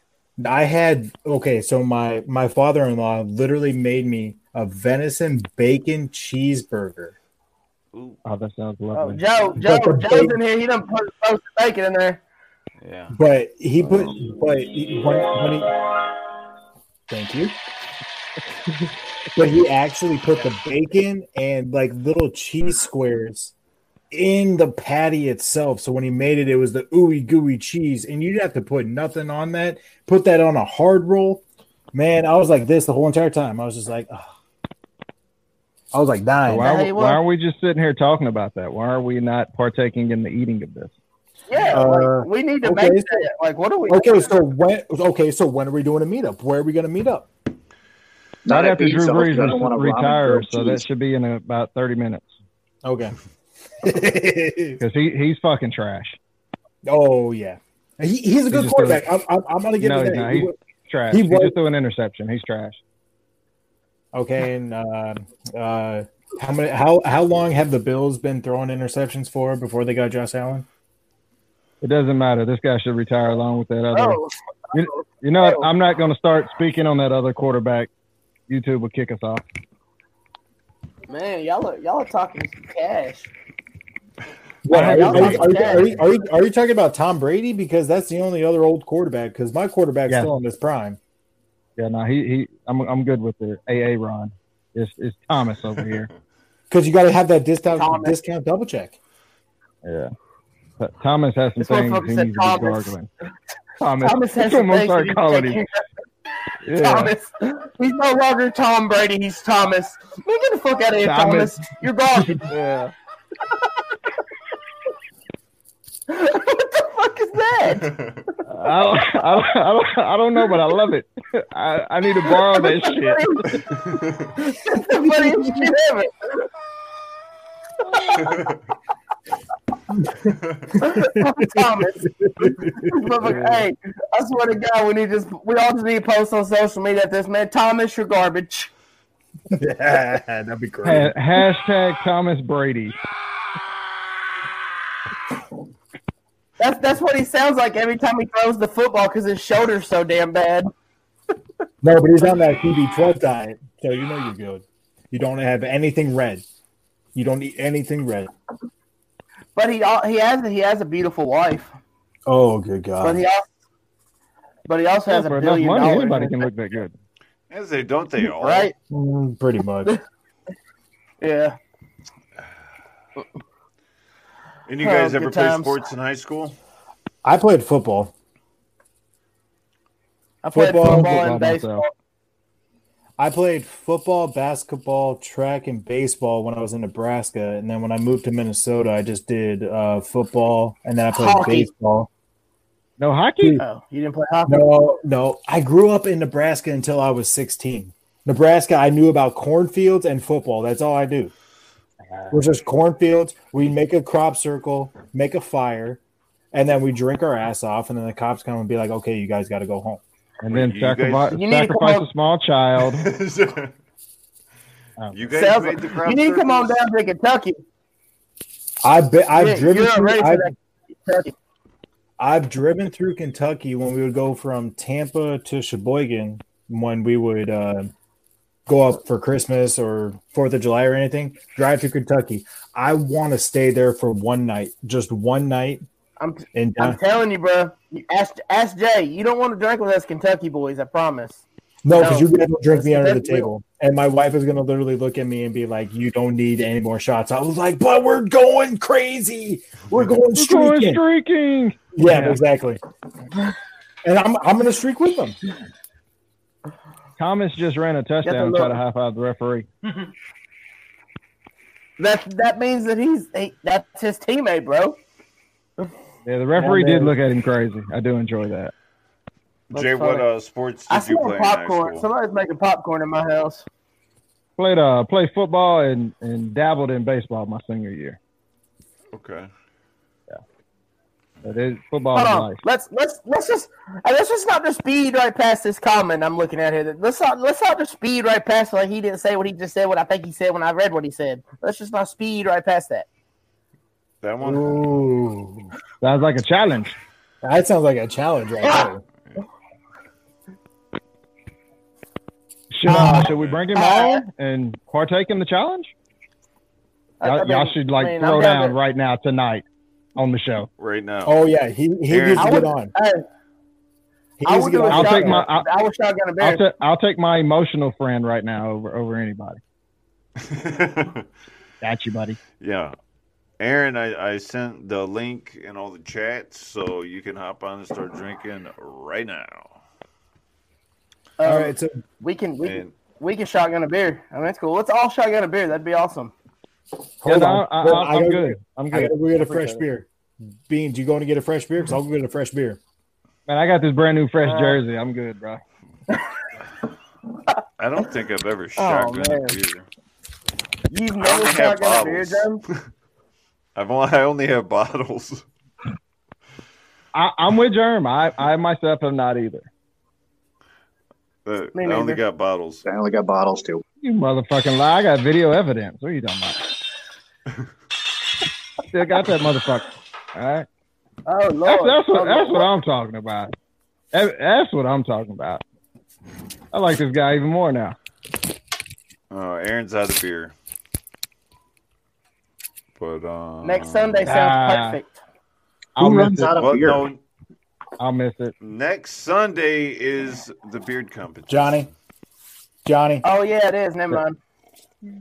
S4: I had okay, so my my father-in-law literally made me a venison bacon cheeseburger.
S2: Ooh,
S5: Oh, that sounds
S1: Oh,
S5: lovely.
S1: Joe, Joe, Joe's in here. He done put roasted bacon in there.
S2: yeah.
S4: But he put but he, when, when he Thank you. but he actually put the bacon and like little cheese squares in the patty itself. So when he made it, it was the ooey gooey cheese, and you'd have to put nothing on that. Put that on a hard roll. Man, I was like this the whole entire time. I was just like, "Ugh." I was like dying.
S1: Wow.
S5: Why,
S1: Hey, well-
S5: why are we just sitting here talking about that? Why are we not partaking in the eating of this?
S1: Yeah,
S4: Uh,
S1: like, we need to
S4: okay,
S1: make
S4: so-
S1: that. Like, what are we?
S4: Okay, so when? Okay, so when are we doing a meetup? Where are we going to meet up?
S5: Not
S6: at
S5: after Drew
S6: Bean's house.
S5: Brees
S6: I don't want
S5: is
S6: a ramen
S5: retires,
S6: grilled
S5: so that
S6: cheese.
S5: should be in about thirty minutes
S4: Okay.
S5: because he, he's fucking trash.
S4: oh yeah, he, he's a good
S5: just
S4: quarterback. I'm, I'm, I'm going to give
S5: No,
S4: him
S5: he's
S4: that.
S5: not.
S4: He
S5: He's-
S4: wa-
S5: Trash.
S4: He
S5: He,
S4: was-
S5: just threw an interception. He's trash.
S4: Okay, and uh, uh, how many? How how long have the Bills been throwing interceptions for before they got Josh Allen?
S5: It doesn't matter. This guy should retire along with that other.
S1: Oh,
S5: you know, what? I'm not going to start speaking on that other quarterback. YouTube will kick us off.
S1: man, y'all are, y'all are talking some cash.
S4: What, are, you-
S1: y'all
S4: are, you- are, you-
S1: understand.
S4: are, you- are, you- are you talking about Tom Brady? Because that's the only other old quarterback. Because my quarterback's
S5: Yeah.
S4: still in his prime.
S5: Yeah, no, he, he I'm I'm good with it. AA Ron. It's it's Thomas over here.
S4: Because you got to have that discount
S1: Thomas.
S4: discount double check.
S5: Yeah. But Thomas has some
S1: This
S5: things
S1: motherfucker
S5: he
S1: said
S5: needs to be
S1: Thomas.
S5: gargling. Thomas.
S1: Thomas has
S5: That's what I'm
S1: some
S5: gonna
S1: things
S5: start
S1: to be
S5: calling
S1: taking
S5: him. Yeah.
S1: Thomas. He's no longer Tom Brady. He's Thomas. Man, get the fuck out of here, Thomas.
S5: Thomas.
S1: You're garbage.
S5: Yeah.
S1: what the fuck is that?
S5: I don't, I, don't, I, don't, I don't know, but I love it. I, I need to borrow that shit.
S1: That's the funniest shit ever. Thomas. Motherfucker, hey, I swear to God, we need just we all just need to post on social media that this man Thomas, you're garbage.
S4: that'd be
S5: Ha- hashtag Thomas Brady.
S1: That's that's what he sounds like every time he throws the football because his shoulder's so damn bad.
S4: No, but he's on that QB twelve diet, so you know you're good. You don't have anything red. You don't eat anything red.
S1: But he al- he has he has a beautiful wife.
S4: Oh, good
S1: But
S4: god!
S1: he also but he also
S5: Yeah,
S1: has
S5: for
S1: a
S5: enough
S1: billion
S5: money,
S1: dollars,
S5: anybody can look that good.
S2: As they don't they all?
S1: right?
S4: Mm, pretty much.
S1: Yeah.
S2: And you
S1: Oh,
S2: guys ever
S1: good
S2: play
S1: times.
S2: sports in high school?
S4: I played football.
S1: I played
S4: Football,
S1: football,
S5: football
S1: and baseball.
S5: myself.
S4: I played football, basketball, track, and baseball when I was in Nebraska, and then when I moved to Minnesota, I just did uh, football, and then I played
S1: Hockey.
S4: baseball.
S5: No hockey?
S1: Oh, you didn't play hockey?
S4: No, no, I grew up in Nebraska until I was sixteen. Nebraska, I knew about cornfields and football. That's all I do. Which is cornfields. We make a crop circle, make a fire, and then we drink our ass off. And then the cops come and be like, "Okay, you guys got to go home."
S5: And then
S2: You guys-
S5: sacrifice,
S1: You need to
S5: sacrifice
S1: come
S5: a small child.
S2: you guys
S1: Sounds
S2: made
S1: like-
S2: the crop
S1: you need to come on
S2: circles?
S1: down to Kentucky.
S4: I bet I've
S1: Yeah,
S4: driven.
S1: you're
S4: through-
S1: ready for
S4: I've-
S1: that Kentucky.
S4: I've driven through Kentucky when we would go from Tampa to Sheboygan when we would uh, go up for Christmas or Fourth of July or anything. Drive through Kentucky. I want to stay there for one night, just one night.
S1: I'm
S4: And
S1: I'm
S4: uh,
S1: telling you, bro. You ask ask Jay. You don't want to drink with us Kentucky boys. I promise.
S4: no, because
S1: no.
S4: you guys will drink me under the
S1: That's real.
S4: table, and my wife is gonna literally look at me and be like, "You don't need any more shots." I was like, "But we're going crazy. We're going
S5: We're going
S4: streaking."
S5: streaking.
S4: yeah,
S5: Yeah.
S4: exactly. And I'm I'm gonna streak with them.
S5: Thomas just ran a touchdown and tried to high five the referee.
S1: That that means that he's he, that's his teammate, bro.
S5: Yeah, the referee
S4: Yeah, man.
S5: did look at him crazy. I do enjoy that.
S2: Jay,
S1: That's
S2: what
S1: funny.
S2: uh, sports
S1: I
S2: did you
S1: smell
S2: play in high
S1: popcorn.
S2: school?
S1: Somebody's making popcorn in my house.
S5: Played uh played football and and dabbled in baseball my senior year.
S2: Okay.
S5: But it, football
S1: Hold
S5: is
S1: on.
S5: life.
S1: Let's let's let's just hey, let's just not just speed right past this comment I'm looking at here. Let's not let's not just speed right past it like he didn't say what he just said. What I think he said when I read what he said. Let's just not speed right past that.
S2: That one?
S4: Ooh.
S5: Sounds like a challenge.
S4: That sounds like a challenge right
S1: Yeah.
S4: there.
S5: Should, uh, should we bring him on and partake in the challenge?
S1: I- I
S5: Y'all, y'all
S1: mean-
S5: should like
S1: I mean,
S5: throw
S1: I'm
S5: down
S1: down to-
S5: right now tonight on the show.
S8: right now.
S4: Oh yeah, he he
S8: Aaron.
S4: needs to
S1: I
S4: get
S1: would-
S4: on.
S1: Hey,
S4: He
S1: I
S4: needs to
S1: would do
S4: get
S1: a
S4: on.
S5: I'll
S1: shotgun.
S5: take my- I'll-
S1: I would shotgun a bear.
S5: I'll, ta- I'll take my emotional friend right now over over anybody.
S1: Oh.
S5: Got you, buddy.
S8: yeah. Aaron, I, I sent the link in all the chats so you can hop on and start drinking right now.
S1: Um,
S4: All right, so
S1: we can we, can
S8: And
S1: we can shotgun a beer. I mean, that's cool. Let's all shotgun a beer. That'd be awesome.
S5: Yeah,
S4: hold
S5: no,
S4: on.
S5: I,
S4: Well,
S5: I, am
S4: gotta-
S5: good. I'm
S4: I
S5: good.
S4: gotta go get a fresh beer. Beans, you going to get a fresh beer? Because I'll go get a fresh beer.
S5: Man, I got this brand new fresh
S1: Uh,
S5: jersey. I'm good, bro.
S8: I don't think I've ever shotgunned
S1: Oh, man.
S8: a beer.
S1: You've
S8: I
S1: never
S8: only have
S1: shotgun a beer,
S8: bottles.
S1: Joe?
S8: I've only, I only have bottles.
S5: I, I'm with Germ. I, I myself am not either.
S8: Uh, I
S1: Me
S8: only
S1: neither.
S8: got bottles.
S6: I only got bottles too.
S5: You motherfucking lie. I got video evidence. What are you talking about? Still got that motherfucker. All right.
S1: Oh lord,
S5: That's, that's, what,
S1: Oh,
S5: that's what
S1: Lord.
S5: I'm talking about. That- That's what I'm talking about. I like this guy even more now.
S8: Uh, Aaron's out of beer. But uh,
S1: Next Sunday sounds
S5: Ah.
S1: perfect.
S5: I'll
S6: Who
S5: miss
S6: runs
S5: it.
S6: out of
S8: Well,
S6: beer?
S8: no,
S5: I'll miss it.
S8: next Sunday is the beard competition.
S4: Johnny, Johnny,
S1: Oh yeah, it is. Never mind.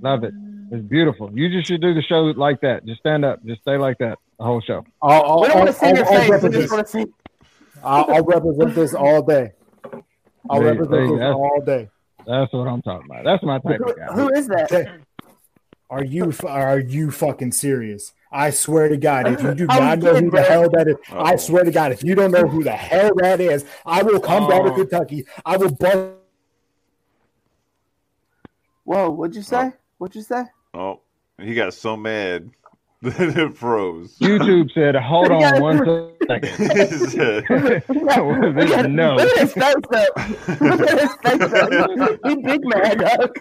S5: Love it. It's beautiful. You just should do the show like that. Just stand up. Just stay like that the whole show.
S4: I'll, I'll,
S5: oh,
S1: We don't want to see
S4: I'll-
S1: your
S4: I'll
S1: face. We
S4: represent
S1: just
S4: this.
S1: want to see.
S4: I'll, I'll represent this all day.
S5: There
S4: I'll
S5: you- there
S4: represent
S5: you
S4: this
S5: go.
S4: all day.
S5: That's what I'm talking about. That's my type
S1: Who,
S5: of guy.
S1: who is that?
S4: Hey, Are you f- are you fucking serious? I swear to God, if you do
S1: I was
S4: not know who
S1: kidding,
S4: the
S1: bro.
S4: hell that is, I
S8: Uh-oh.
S4: swear to God, if you don't know who the hell that is, I will come down
S5: Oh.
S4: to Kentucky. I will bust.
S1: Whoa, what'd you say? What'd you say?
S8: Oh, he got so mad that it froze.
S5: YouTube said, hold on one second.
S8: He said-
S5: What is this? no.
S1: Look at his face up. Look at his face up. He big mad dog.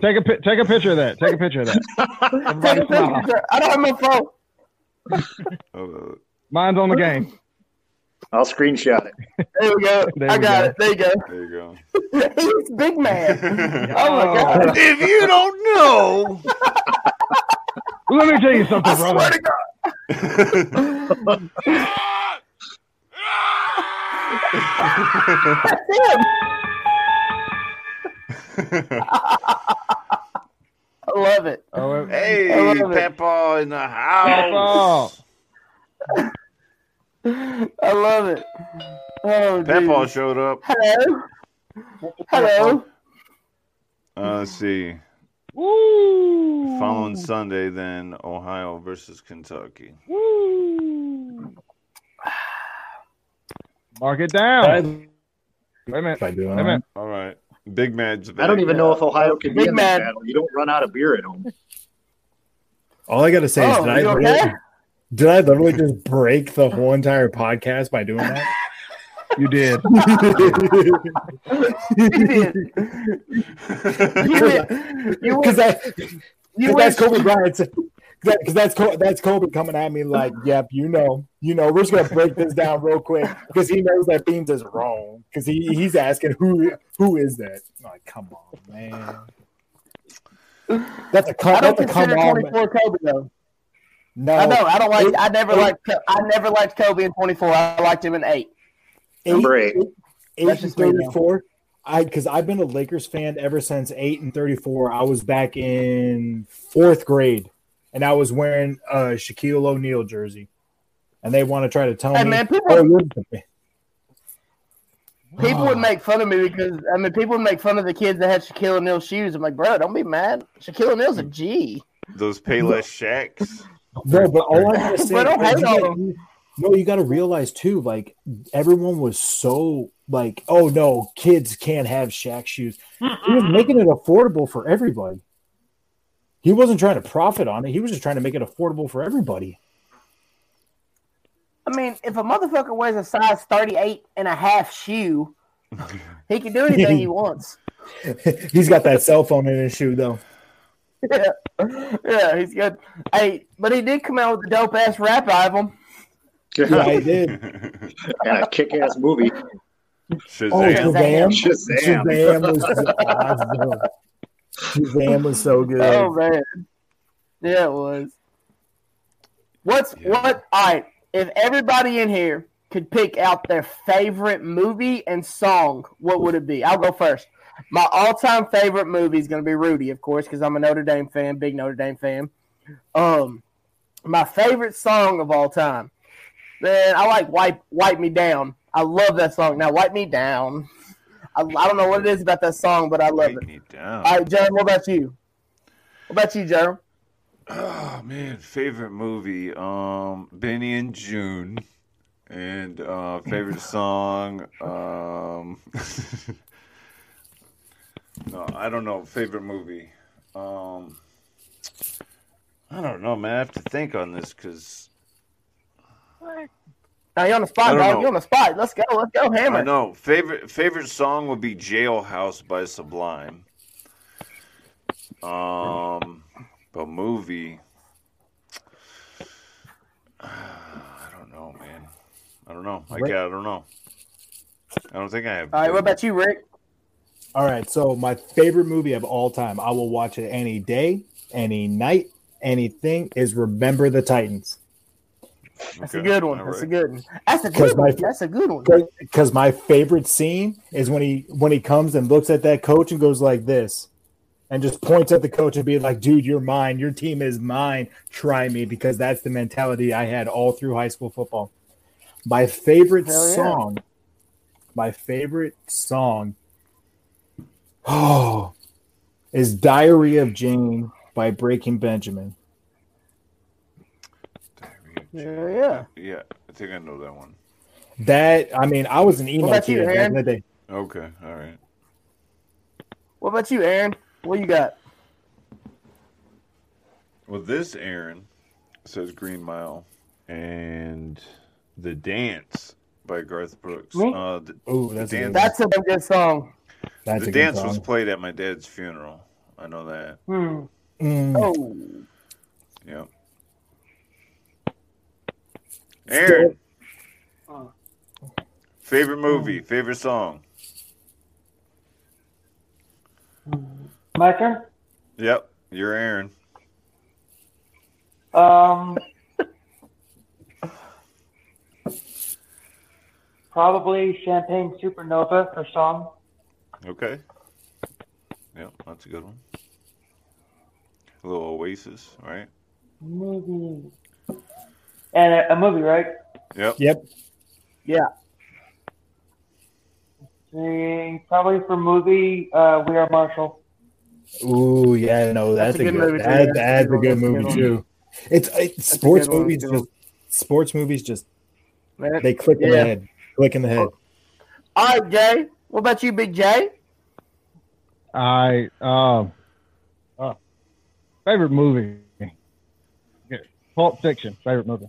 S5: Take a pi- take a picture of that. Take a picture of that.
S1: Take
S5: Everybody
S1: a
S5: smile.
S1: picture. I don't have my phone.
S8: Uh,
S5: Mine's on the game.
S6: I'll screenshot it.
S1: There we go.
S5: There
S1: I
S5: we
S1: got
S5: go.
S1: it. There you go.
S8: there you go.
S1: He's big man.
S8: if
S1: Oh my god.
S8: you don't know,
S5: Let me tell you something,
S1: I swear
S5: brother.
S1: to God. That's him. I love it.
S5: Oh, wait.
S1: I
S8: hey,
S1: love it.
S8: Peppa in the house.
S5: Peppa.
S1: I love it. Oh, dude.
S8: Peppa showed up.
S1: Hello. Hello.
S8: Uh, let's see.
S5: Woo.
S8: Following Sunday, then Ohio versus Kentucky.
S5: Woo. Mark it down. Wait a minute. Wait a minute.
S8: All right, Big Mad's.
S6: I don't
S8: back.
S6: even know if Ohio can be
S1: Big
S6: in that
S1: man.
S6: battle. You don't run out of beer at home.
S4: All I gotta say is,
S1: Oh,
S4: did I,
S1: you
S4: literally-
S1: okay?
S4: did I literally just break the whole entire podcast by doing that?
S5: You did.
S1: You did. You did. You
S4: Because I
S1: You
S4: Because that's
S1: wish-
S4: Kobe Bryant. Because that's Co- that's Kobe coming at me like, "Yep, you know, you know." We're just gonna break this down real quick because he knows that Beams is wrong. Because he he's asking who who is that? I'm like, come on, man. That's a come.
S1: I don't
S4: That's a come
S1: consider
S4: on.
S1: 24 Kobe though.
S4: No,
S1: I know. I don't like.
S4: Oh, It-
S1: I never
S4: it-
S1: liked. Ko- I never liked Kobe in 24. I liked him in eight.
S6: Number eight.
S4: eight
S1: That's
S4: and
S1: just me now.
S4: 34. I because I've been a Lakers fan ever since eight and 34. I was back in fourth grade, and I was wearing a Shaquille O'Neal jersey, and they want to try to tell
S1: Hey,
S4: me,
S1: man, people-
S4: "Oh, you're-"
S1: People would make fun of me because I mean, people would make fun of the kids that had Shaquille O'Neal shoes. I'm like, bro, don't be mad. Shaquille O'Neal's a G.
S8: Those Payless shacks.
S4: no." But all I gotta say,
S1: But don't
S4: is
S1: hate
S4: you
S1: on
S4: gotta- no, you got to realize too, like everyone was so like, "Oh no, kids can't have Shaq shoes." He was making it affordable for everybody. He wasn't trying to profit on it. He was just trying to make it affordable for everybody.
S1: I mean, if a motherfucker wears a size 38 and a half shoe, he can do anything he wants.
S4: He's got that cell phone in his shoe though.
S1: Yeah, yeah, he's good. Hey, but he did come out with a dope ass rap album.
S4: Yeah, I did.
S6: and a kick ass movie.
S4: Oh, Shazam!
S8: Shazam.
S6: Shazam.
S4: Shazam was awesome. Shazam was so good.
S1: Oh man, yeah, it was. What's
S8: Yeah.
S1: what? All right, if everybody in here could pick out their favorite movie and song, what would it be? I'll go first. My all-time favorite movie is going to be Rudy, of course, because I'm a Notre Dame fan, big Notre Dame fan. Um, my favorite song of all time, man, I like "Wipe Wipe Me Down." I love that song. Now, "Wipe Me Down," I, I don't know what it is about that song, but I love it.
S8: Take me down.
S1: All right, Jeremy, what about you? What about you, Jeremy?
S8: Oh man, favorite movie, um, Benny and June, and uh, favorite song, um, no, I don't know, favorite movie, um,
S2: I don't know, man. I have to think on this because
S1: Now you're on the
S8: I
S1: spot,
S8: don't
S1: dog.
S8: know.
S1: You're on the spot. Let's go. Let's go. Hammer.
S8: I know favorite favorite song would be Jailhouse by Sublime. Um, but movie, I don't know, man. I don't know. I,
S4: Rick?
S8: got, I don't know. I don't think I have.
S1: All right. What about you, Rick?
S4: All right, so my favorite movie of all time, I will watch it any day, any night, anything, is Remember the Titans.
S1: That's a good one. That's a good one. That's a
S4: Because
S1: good
S4: my-
S1: one. That's a good one.
S4: Because my favorite scene is when he when he comes and looks at that coach and goes like this, and just points at the coach and be like, "Dude, you're mine. Your team is mine. Try me." Because that's the mentality I had all through high school football. My favorite
S1: Hell yeah.
S4: song. My favorite song. Oh, is Diary of Jane by Breaking Benjamin.
S1: Yeah, yeah.
S8: Yeah, I think I know that one.
S4: That I mean, I was an emo
S1: about you,
S4: kid back in
S1: Aaron?
S4: the day.
S8: Okay, all right.
S1: What about you, Aaron? What you got?
S8: Well, this Aaron says Green Mile and The Dance by Garth Brooks.
S1: Me?
S8: Uh, the,
S4: Ooh, that's a good,
S8: Dance-
S1: That's a good song.
S4: that's
S8: the
S4: a good
S8: dance was
S4: song.
S8: played at my dad's funeral. I know that.
S4: Mm.
S1: Oh,
S8: Yep. Aaron. Favorite movie, favorite song.
S10: My turn.
S8: Yep, you're Aaron.
S10: Um, probably Champagne Supernova for song.
S8: Okay. Yep, that's a good one. A little Oasis, right?
S10: Movie. And a, a movie, right?
S8: Yep.
S4: Yep.
S10: Mm, Probably for movie, uh, We Are Marshall.
S4: Ooh, yeah, no, that's, a good,
S1: movie, too.
S4: that-
S1: That's a
S4: that's
S1: good
S4: a good
S1: one.
S4: movie
S1: That's a good
S4: too. It's, it's sports
S1: good one.
S4: movies
S1: Good
S4: just sports movies just
S1: man.
S4: they click in
S1: Yeah.
S4: the head, click in the head.
S1: All right, Jay. What about you, Big J?
S5: I um, uh, favorite movie, Yeah, Pulp Fiction. Favorite movie.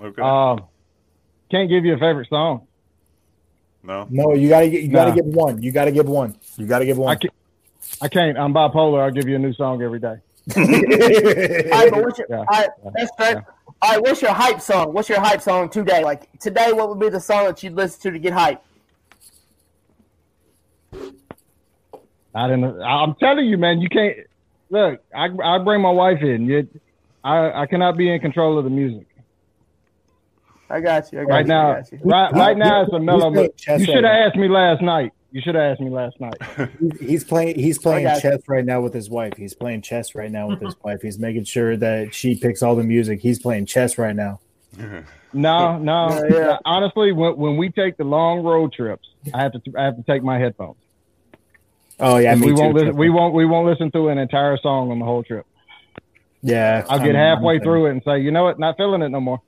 S8: Okay.
S4: Uh,
S5: Um, can't give you a favorite song.
S8: no.
S4: No, you gotta get, you gotta
S5: Nah.
S4: give one. You gotta give one. You gotta give
S5: I
S4: one.
S5: can't. I can't. I'm bipolar. I'll give you a new song every day.
S1: All right, but what's your,
S5: Yeah.
S1: all right, that's fair. All right, what's your hype song? What's your hype song today? Like today, what would be the song that you'd listen to to get hype?
S5: I didn't. I- I'm telling you, man. You can't look. I I bring my wife in. You, I I cannot be in control of the music
S1: I got you. I got
S5: right
S1: you, I
S5: now.
S1: got you.
S5: Right right now, it's a
S4: Who's
S5: mellow.
S4: playing
S5: mo-
S4: chess
S5: You
S4: right
S5: should have
S4: now?
S5: asked me last night. You should have asked me last night.
S4: He's- He's playing. He's playing
S1: I got you.
S4: chess right now with his wife. He's playing chess right now with his wife. He's making sure that she picks all the music. He's playing chess right now.
S5: No, no.
S1: Yeah, yeah.
S5: Honestly, when when we take the long road trips, I have to I have to take my headphones.
S4: Oh yeah, me
S5: we
S4: too.
S5: won't listen,
S4: Trust
S5: we
S4: me.
S5: won't we won't listen to an entire song on the whole trip.
S4: Yeah,
S5: I'll get
S4: I'm-
S5: halfway
S4: I'm-
S5: through it and say, you know what, not feeling it no more.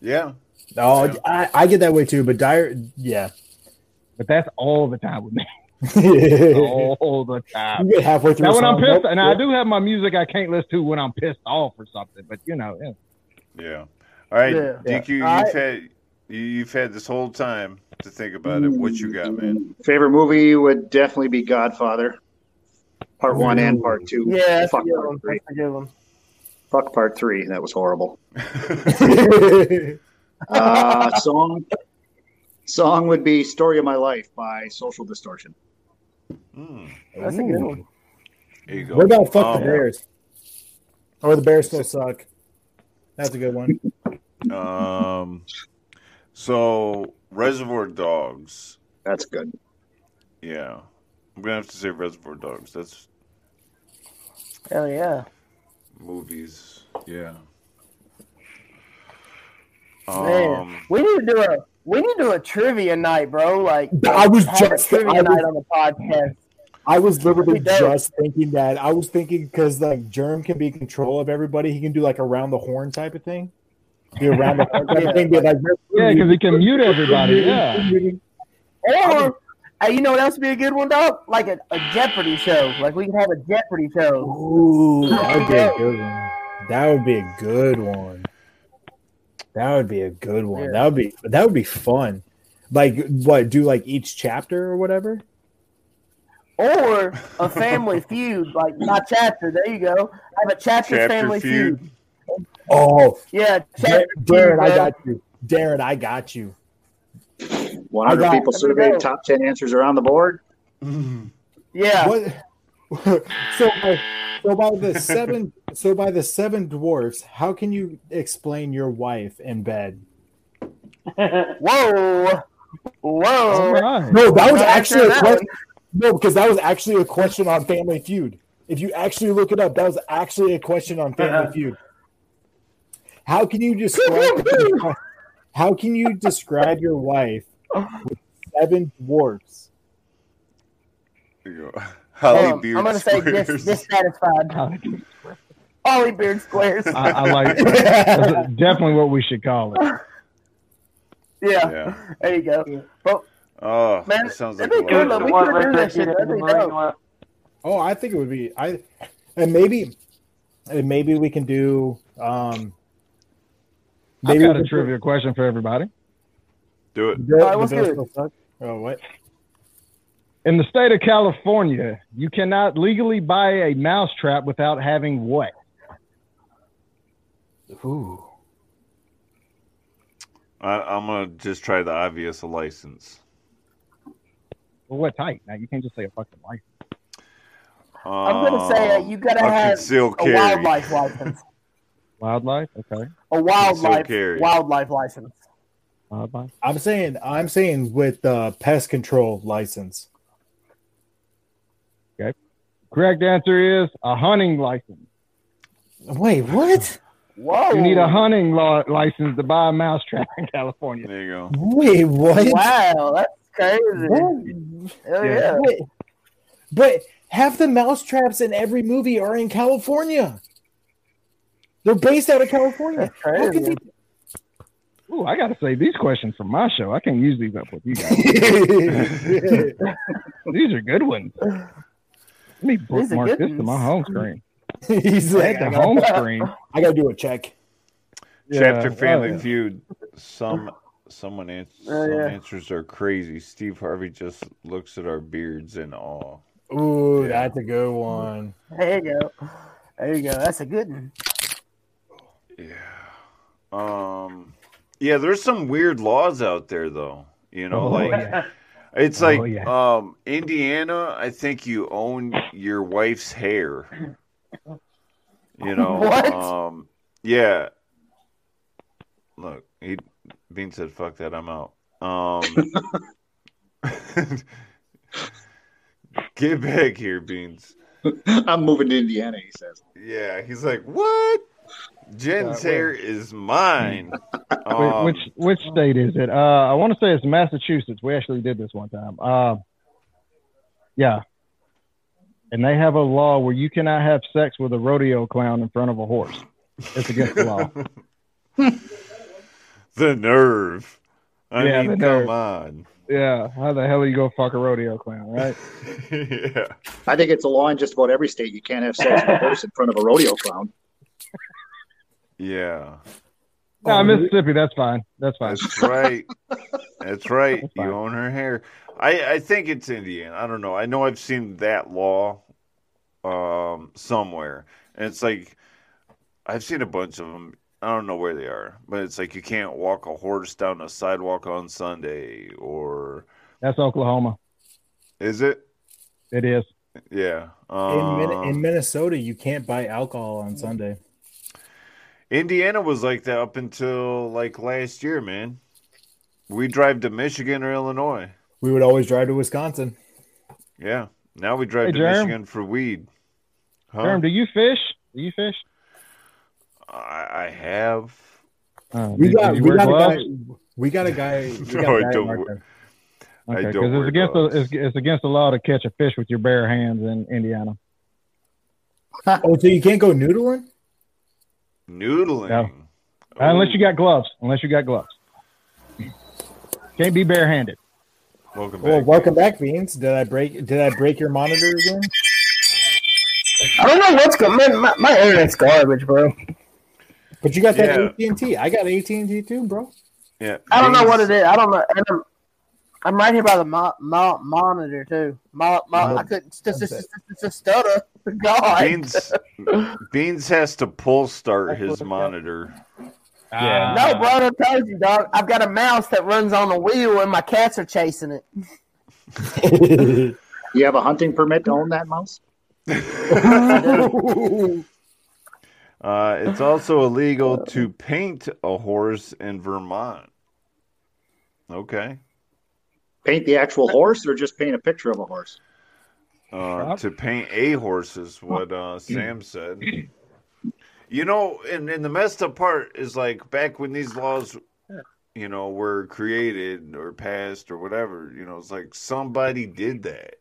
S8: Yeah.
S4: Oh,
S8: Yeah.
S4: I, I get that way too. But dire, yeah.
S5: But that's all the time with me. all the time.
S4: You get halfway through.
S5: Now
S4: a
S5: when Oh, I'm
S4: song,
S5: pissed,
S4: nope,
S5: and I
S4: yep.
S5: do have my music I can't listen to when I'm pissed off or something. But you know, yeah.
S8: Yeah. All right,
S1: Yeah.
S8: DQ, you've
S1: All right.
S8: had you, you've had this whole time to think about it. What you got, man?
S6: Favorite movie would definitely be Godfather, part one and part two.
S1: Yeah, that's a
S6: fuck
S1: good
S6: part
S1: one.
S6: three.
S1: That's a good one.
S6: Fuck part three.
S8: Hmm.
S6: That was horrible.
S8: I
S6: Uh, song. Song would be "Story of My Life" by Social Distortion.
S1: That's a good one.
S8: There you go.
S4: What about fuck
S8: Um,
S4: the Bears? Or the Bears still suck. That's a good one.
S8: Um, so Reservoir Dogs.
S6: That's good.
S8: Yeah, I'm gonna have to say Reservoir Dogs. That's
S1: Hell yeah.
S8: movies. Yeah.
S1: Man,
S8: Um,
S1: we need to do a we need to do a trivia night, bro. Like
S4: I was
S1: have a
S4: just-
S1: trivia
S4: I was-
S1: night on the podcast.
S4: I was literally
S1: He does.
S4: just thinking that. I was thinking because like Germ can be in control of everybody. He can do like around the horn type of thing. Be around the horn type of thing. Be like,
S5: Yeah, because he can mute everybody. Yeah.
S1: Or uh, you know what else would be a good one, dog? Like a, a Jeopardy show. Like we could have a Jeopardy show.
S4: Ooh, that would be a good one. That would be a good one. That would be a good one.
S1: Yeah.
S4: That would be that would be fun. Like what? Do like each chapter or whatever?
S1: Or a family feud, like not chapter. There you go. Have a chapter,
S8: Chapter
S1: family feud.
S8: Feud.
S4: Oh,
S1: Yeah,
S4: Dar-
S1: chapter
S4: Darren, I
S1: bro.
S4: got you. Darren, I got you.
S6: 100
S4: I got-
S6: people surveyed. Top 10 answers are on the board.
S1: Yeah.
S4: What? so, by, so by the seven, so by the seven dwarfs, how can you explain your wife in bed?
S1: Whoa.
S5: All
S1: Whoa.
S5: right.
S4: No, that was
S1: Not
S4: actually a
S1: that
S4: question. No, because that was actually a question on Family Feud. If you actually look it up, that was actually a question on Family Feud. How can you describe? how can you describe your wife with seven dwarfs?
S8: there you go.
S1: Hold
S8: Holly
S1: on,
S8: Beard
S1: I'm gonna say dis-
S8: Squares.
S1: dissatisfied. Ollie Beard Squares.
S4: Uh,
S5: I, I like that's definitely what we should call it.
S1: Yeah.
S8: yeah.
S1: There you go. But
S8: Oh,
S1: uh, Man,
S8: that sounds like
S1: that'd
S8: a
S1: be good,
S8: lot.
S1: though.
S8: of-
S1: We
S10: One
S1: could've done that shit,
S10: record
S1: that'd be
S10: didn't
S1: dope.
S10: work.
S4: Oh, I think it would be I, and maybe, and maybe we can do. um
S5: I've
S4: we
S5: got a
S4: can do-
S5: trivia question for everybody.
S8: Do it.
S4: the-
S1: All right,
S4: the
S1: what's
S4: Bears
S1: good?
S4: still suck? Oh, what?
S5: In the state of California, you cannot legally buy a mousetrap without having what?
S4: Ooh.
S8: I, I'm gonna just try the obvious license.
S5: Well, what type? Now you can't just say a fucking license.
S8: Um,
S1: I'm gonna say uh, you gotta
S8: a
S1: have
S8: concealed
S1: a
S8: carry.
S1: wildlife license.
S5: Wildlife, okay.
S1: A wildlife
S8: carry.
S1: wildlife license.
S5: Wildlife.
S4: I'm saying I'm saying with the pest control license.
S5: Correct answer is a hunting license.
S4: Wait, what?
S1: Whoa.
S5: You need a hunting law license to buy a mousetrap in California.
S8: There you go.
S4: Wait, what?
S1: Wow, that's crazy.
S4: What?
S1: Hell
S5: Yeah.
S1: yeah.
S4: Wait. But half the mousetraps in every movie are in California. They're based out of California.
S1: That's
S4: How can
S1: crazy.
S5: Ooh, I gotta say these questions for my show. I can't use these up with you guys.
S4: they-
S5: these are good ones. Let me
S1: are
S5: bookmark
S1: good
S5: this to my
S1: ones.
S5: home screen.
S4: He's
S5: At
S4: like, I
S5: the
S4: gotta,
S5: home screen.
S4: I gotta do a check.
S8: Chapter
S5: Yeah,
S8: Family
S5: oh, yeah.
S8: Feud. Some someone ans-
S1: Oh,
S8: some
S1: yeah.
S8: answers are crazy. Steve Harvey just looks at our beards in awe.
S4: Ooh,
S8: Yeah.
S4: that's a good one.
S1: There you go. There you go. That's a good one.
S8: Yeah. Um. Yeah, there's some weird laws out there, though. You know,
S5: Oh,
S8: like
S5: yeah.
S8: it's
S5: Oh,
S8: like
S5: yeah.
S8: um Indiana. I think you own your wife's hair. You know.
S1: What?
S8: Um. Yeah. Look, he Bean said, "Fuck that, I'm out." Um. Get back here, Beans.
S6: I'm moving to Indiana, he says.
S8: Yeah, he's like, "What? Jen's
S5: Yeah,
S8: hair is mine."
S5: Wait,
S8: Um,
S5: which which state is it? Uh, I want to say it's Massachusetts. We actually did this one time. Um, yeah, and they have a law where you cannot have sex with a rodeo clown in front of a horse. It's against the law.
S8: The nerve. I
S5: Yeah,
S8: mean,
S5: the
S8: come
S5: nerve.
S8: on.
S5: Yeah, how the hell are you gonna fuck a rodeo clown, right?
S8: yeah.
S6: I think it's a law in just about every state. You can't have sex with a horse in front of a rodeo clown.
S8: Yeah.
S5: No, Mississippi, that's fine. That's fine.
S8: That's right. That's right.
S5: That's fine.
S8: you own her hair. I, I think it's Indiana. I don't know. I know I've seen that law um somewhere. And it's like I've seen a bunch of them. I don't know where they are, but it's like you can't walk a horse down a sidewalk on Sunday, or
S5: That's Oklahoma.
S8: is it?
S5: It is.
S8: Yeah.
S4: In, Min-
S8: Um,
S4: in Minnesota, you can't buy alcohol on Sunday.
S8: Indiana was like that up until like last year, man. We drive to Michigan or Illinois.
S4: We would always drive to Wisconsin.
S8: Yeah. Now we drive
S5: Hey,
S8: to
S5: Jerm.
S8: Michigan for weed. Huh?
S5: Jerm, do you fish? Do you fish?
S8: I, I have.
S5: Uh,
S4: We
S5: do-
S4: got
S5: do you
S4: we
S5: wear
S4: got a
S5: gloves?
S4: guy. We got a guy. We got
S8: No,
S4: a
S8: I
S4: guy
S8: don't
S4: in our
S8: wear-
S4: country.
S8: I
S5: Okay,
S8: don't
S5: because
S8: wear
S5: it's against the
S8: gloves.
S5: it's, it's against the law to catch a fish with your bare hands in Indiana.
S4: Oh, so you can't go noodling?
S8: Noodling.
S5: Yeah. Unless you got gloves. Unless you got gloves. Can't be barehanded.
S8: Welcome back.
S4: Well, welcome back, Beans. Did I break? Did I break your monitor again?
S1: I don't know what's going. Man, my, my internet's garbage, bro.
S4: But you got that
S8: Yeah.
S4: AT and T. I got AT and T too, bro.
S8: Yeah.
S1: I don't know
S8: Beans-
S1: what it is. I don't know. And I'm, I'm right here by the mo- mo- monitor too. Mo- mo- I couldn't just, just, just, just stutter. God.
S8: Beans, Beans has to pull start his monitor.
S5: Yeah.
S1: No, bro, I told you, dog. I've got a mouse that runs on a wheel, and my cats are chasing it.
S6: You have a hunting permit to own that mouse?
S8: Uh, it's also illegal to paint a horse in Vermont. Okay.
S6: Paint the actual horse or just paint a picture of a horse?
S8: Uh, to paint a horse is what uh, Sam said. You know, and, and the messed up part is like back when these laws, you know, were created or passed or whatever, you know, it's like somebody did that.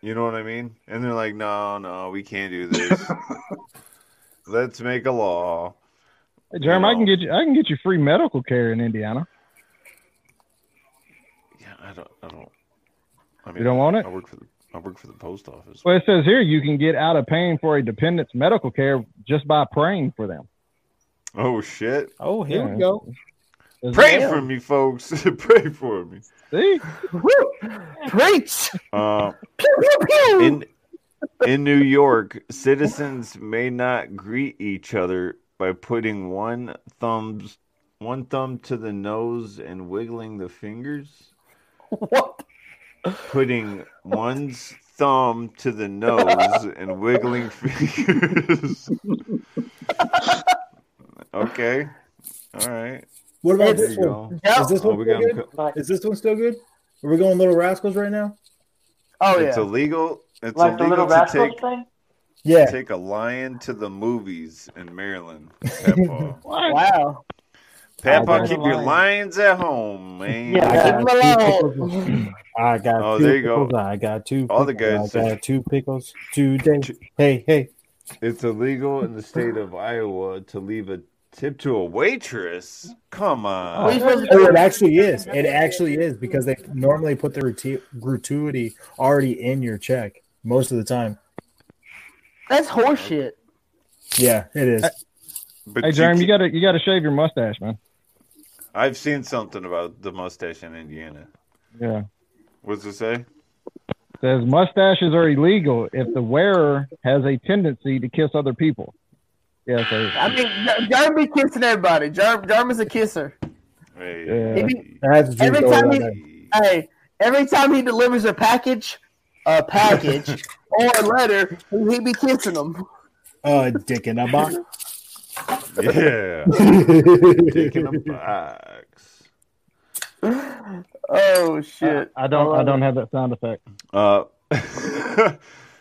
S8: You know what I mean? And they're like, no, no, we can't do this. Let's make a law.
S5: Hey, Jerm, I can get you I can get you free medical care in Indiana.
S8: Yeah, I don't, I don't. I mean,
S5: don't want it?
S8: I work for the, I work for the post office.
S5: Well, it says here you can get out of paying for a dependent's medical care just by praying for them.
S8: Oh shit!
S4: Oh, here
S5: Yeah.
S4: we go.
S5: Is
S8: Pray
S5: that-
S8: for me, folks. Pray for me.
S5: See?
S1: Woo! Preach!
S8: Uh,
S1: Pew, pew, pew!
S8: in in New York, citizens may not greet each other by putting one thumbs one thumb to the nose and wiggling the fingers.
S1: what?
S8: Putting one's thumb to the nose and wiggling fingers. okay. All right.
S4: What about
S8: There
S4: this
S8: you
S4: one?
S8: go.
S1: Yeah.
S4: Is this
S8: Oh,
S4: one
S8: we
S4: still
S8: got him
S4: good? Is this one still good? Are we going Little Rascals right now?
S1: Oh
S8: It's
S1: yeah.
S8: illegal. It's
S10: like the little
S8: illegal to
S10: rascals
S8: take
S10: thing.
S4: Yeah.
S8: take a lion to the movies in Maryland. Papaw,
S1: Wow.
S5: Oh,
S8: Papaw keep your
S10: lion.
S8: lions at home, man.
S10: Yeah.
S4: I
S1: Leave
S4: got
S1: him
S4: two
S1: alone.
S4: pickles. I got
S8: Oh,
S4: two
S8: there you go.
S4: pickles. I got two.
S8: All the
S4: pickles.
S8: guys
S4: I
S8: said-
S4: got two pickles today.
S8: Two-
S4: Hey, hey.
S8: It's illegal in the state of Iowa to leave a tip to a waitress. Come on.
S1: Leave him-
S4: Oh, it actually is. It actually is because they normally put the gratu- gratuity already in your check most of the time.
S1: That's horseshit.
S4: Yeah, it is.
S8: But
S5: Hey
S8: you
S5: Jerm, you
S8: keep-
S5: gotta you gotta shave your mustache, man.
S8: I've seen something about the mustache in Indiana.
S5: Yeah.
S8: What's it say?
S5: says mustaches are illegal if the wearer has a tendency to kiss other people. Yeah, so,
S1: I mean, Jer- Jerm be kissing everybody. Jerm, Jerm is a kisser.
S8: Hey.
S4: That's what you
S1: Every
S4: go
S1: time
S4: around
S1: he-
S4: there.
S1: Hey, every time he delivers a package, a package or a letter, he be kissing them.
S4: uh, dick in a box.
S8: Yeah. Taking a box.
S1: Oh shit!
S5: I don't I don't have that sound effect.
S8: Uh,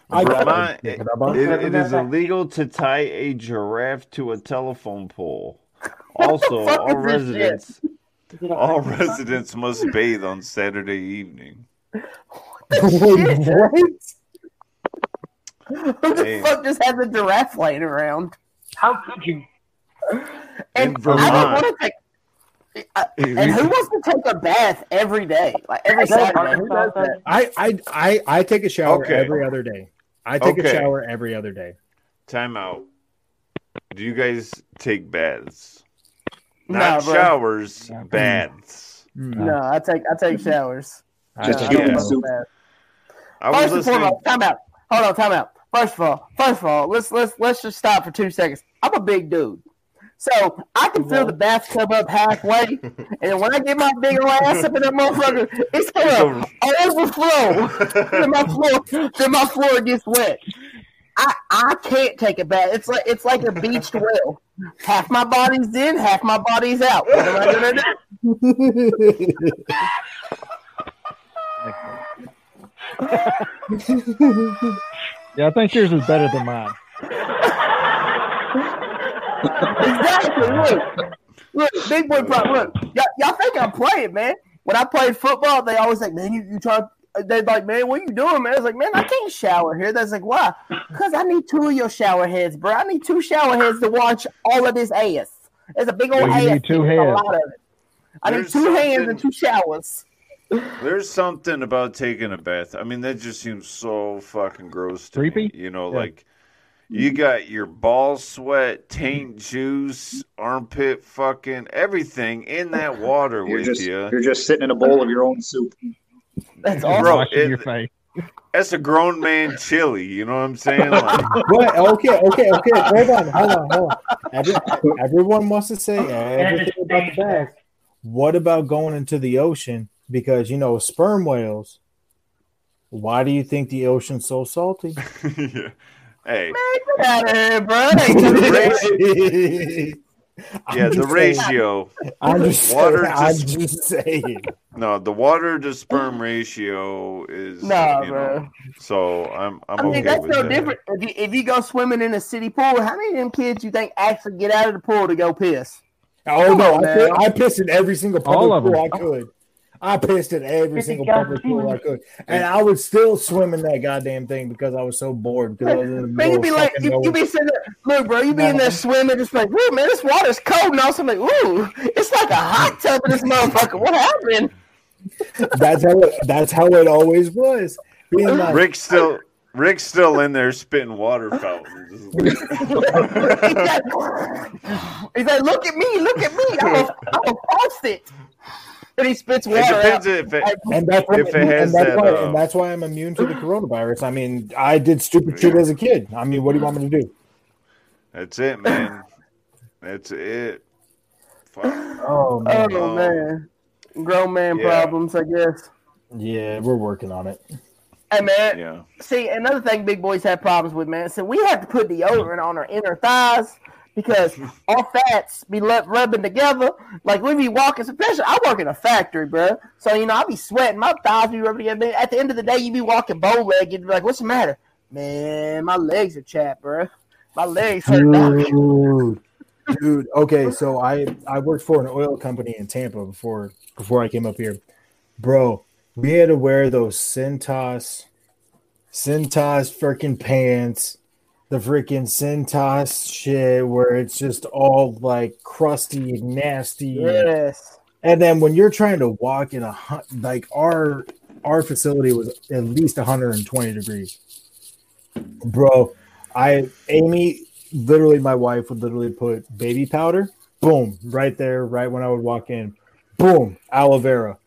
S4: I got
S8: Vermont,
S4: it.
S8: it, it- it is illegal to tie a giraffe to a telephone pole. Also,
S1: fuck
S8: all
S1: is this shit?
S8: residents all residents must bathe on Saturday evening.
S4: What?
S1: Who the
S8: Hey.
S1: fuck just has a giraffe laying around?
S10: How could you?
S1: And
S8: In
S1: I
S8: Vermont.
S1: don't want to take. I- And who wants to take a bath every day, like every Saturday? Who does that?
S4: I, I I I take a shower
S8: Okay.
S4: every other day. I take
S8: Okay.
S4: a shower every other day.
S8: Time out. Do you guys take baths?
S1: Nah,
S8: Not
S1: bro.
S8: showers, baths.
S1: No, I take I take showers.
S6: Just
S1: No, I
S6: human
S1: don't
S6: soup.
S1: bath.
S8: I was
S1: First and
S8: listening.
S1: foremost, time out. Hold on, time out. First of all, first of all, let's let's let's just stop for two seconds. I'm a big dude, So I can fill the bathtub up halfway, and when I get my big old ass up in that motherfucker, it's gonna overflow. till my floor, till my floor gets wet. I, I can't take a bath. It's like it's like a beached well. Half my body's in, half my body's out. What am I gonna do?
S5: Yeah, I think yours is better than mine.
S1: exactly. Look, look, big boy problem. Look, y'all, y'all think I'm playing, man. When I played football, they always like, man, you, you try. They're like, man, what you doing, man? I was like, man, I can't shower here. That's like, why? Because I need two of your shower heads, bro. I need two shower heads to wash all of this ass. It's a big old
S5: You
S1: ass.
S5: need two
S1: It's A
S5: hands.
S1: lot of it. I
S8: There's
S1: need two hands
S8: something-
S1: and two showers.
S8: There's something about taking a bath. I mean, that just seems so fucking gross to
S5: Creepy?
S8: me. You know, like you got your ball sweat, taint juice, armpit fucking everything in that water
S6: You're
S8: with
S6: just
S8: you.
S6: you're just sitting in a bowl of your own soup.
S1: That's
S8: Bro,
S5: Washing
S8: it-
S5: your face.
S8: That's a grown man chili. You know what I'm saying? Like,
S4: Wait, okay, okay, okay. Hold on, hold on, hold on. Every, everyone wants to say everything about the bath. What about going into the ocean? Because you know sperm whales. Why do you think the ocean's so salty?
S8: yeah. Hey,
S1: Get out of here, bro. That ain't nothing
S8: the
S1: to
S8: ratio, yeah, the ratio.
S4: I'm just
S8: Water
S4: saying, I'm
S8: just-
S4: just saying.
S8: No, the water to sperm ratio is
S1: Nah,
S8: you
S1: bro.
S8: know, so I'm I'm
S1: I mean,
S8: okay
S1: that's
S8: with
S1: no
S8: that.
S1: different. If you, if you go swimming in a city pool, how many of them kids you think actually get out of the pool to go piss?
S4: Oh no, I,
S1: man.
S4: pi- I pissed in every single public
S5: All of
S4: pool
S5: them.
S4: I could. I pissed in every
S10: Fifty
S4: single
S10: gallon
S4: public pool I could, and I would still swim in that goddamn thing because I was so bored. Because I was in the
S1: Man,
S4: middle
S1: you be
S4: of
S1: like,
S4: fucking
S1: you, you
S4: nowhere.
S1: be sitting there, look, bro, you be in there
S4: No.
S1: swimming, just like, ooh, man, this water's cold, and all of a sudden, like, ooh, it's like a hot tub in this motherfucker. What happened?
S4: that's how it, that's how it always was. Being like,
S8: Rick's still Rick's still in there spitting water fountains.
S1: He's like, he's like, look at me, look at me, I'm a, I'm a faucet. And he spits water
S8: It depends
S1: out.
S8: if it,
S4: and that's why,
S8: If it
S4: and
S8: has
S4: that's
S8: that,
S4: why,
S8: uh,
S4: and that's why I'm immune to the coronavirus. I mean, I did stupid shit as a kid. I mean, what do you want me to do?
S8: that's it, man. That's it. Fuck.
S4: Oh man,
S1: Oh, man. Grown man
S8: Yeah.
S1: problems, I guess.
S4: yeah, we're working on it.
S1: Hey, man,
S8: Yeah.
S1: See, another thing big boys have problems with, man. So we have to put deodorant on our inner thighs because our fats be left rubbing together. Like we be walking, especially I work in a factory, bro. So you know I be sweating, my thighs be rubbing together. Man, At the end of the day, you be walking bow legged, like, what's the matter? Man, my legs are chapped, bro. My legs hurt. now.
S4: dude, dude. Okay, so I I worked for an oil company in Tampa before before I came up here, bro. We had to wear those Centos, Centos freaking pants, the freaking Centos shit, where it's just all like crusty, and nasty,
S1: Yes.
S4: and then when you're trying to walk in a hun- like our our facility was at least 120 degrees, bro. I Amy literally my wife would literally put baby powder, boom, right there, right when I would walk in, boom, aloe vera,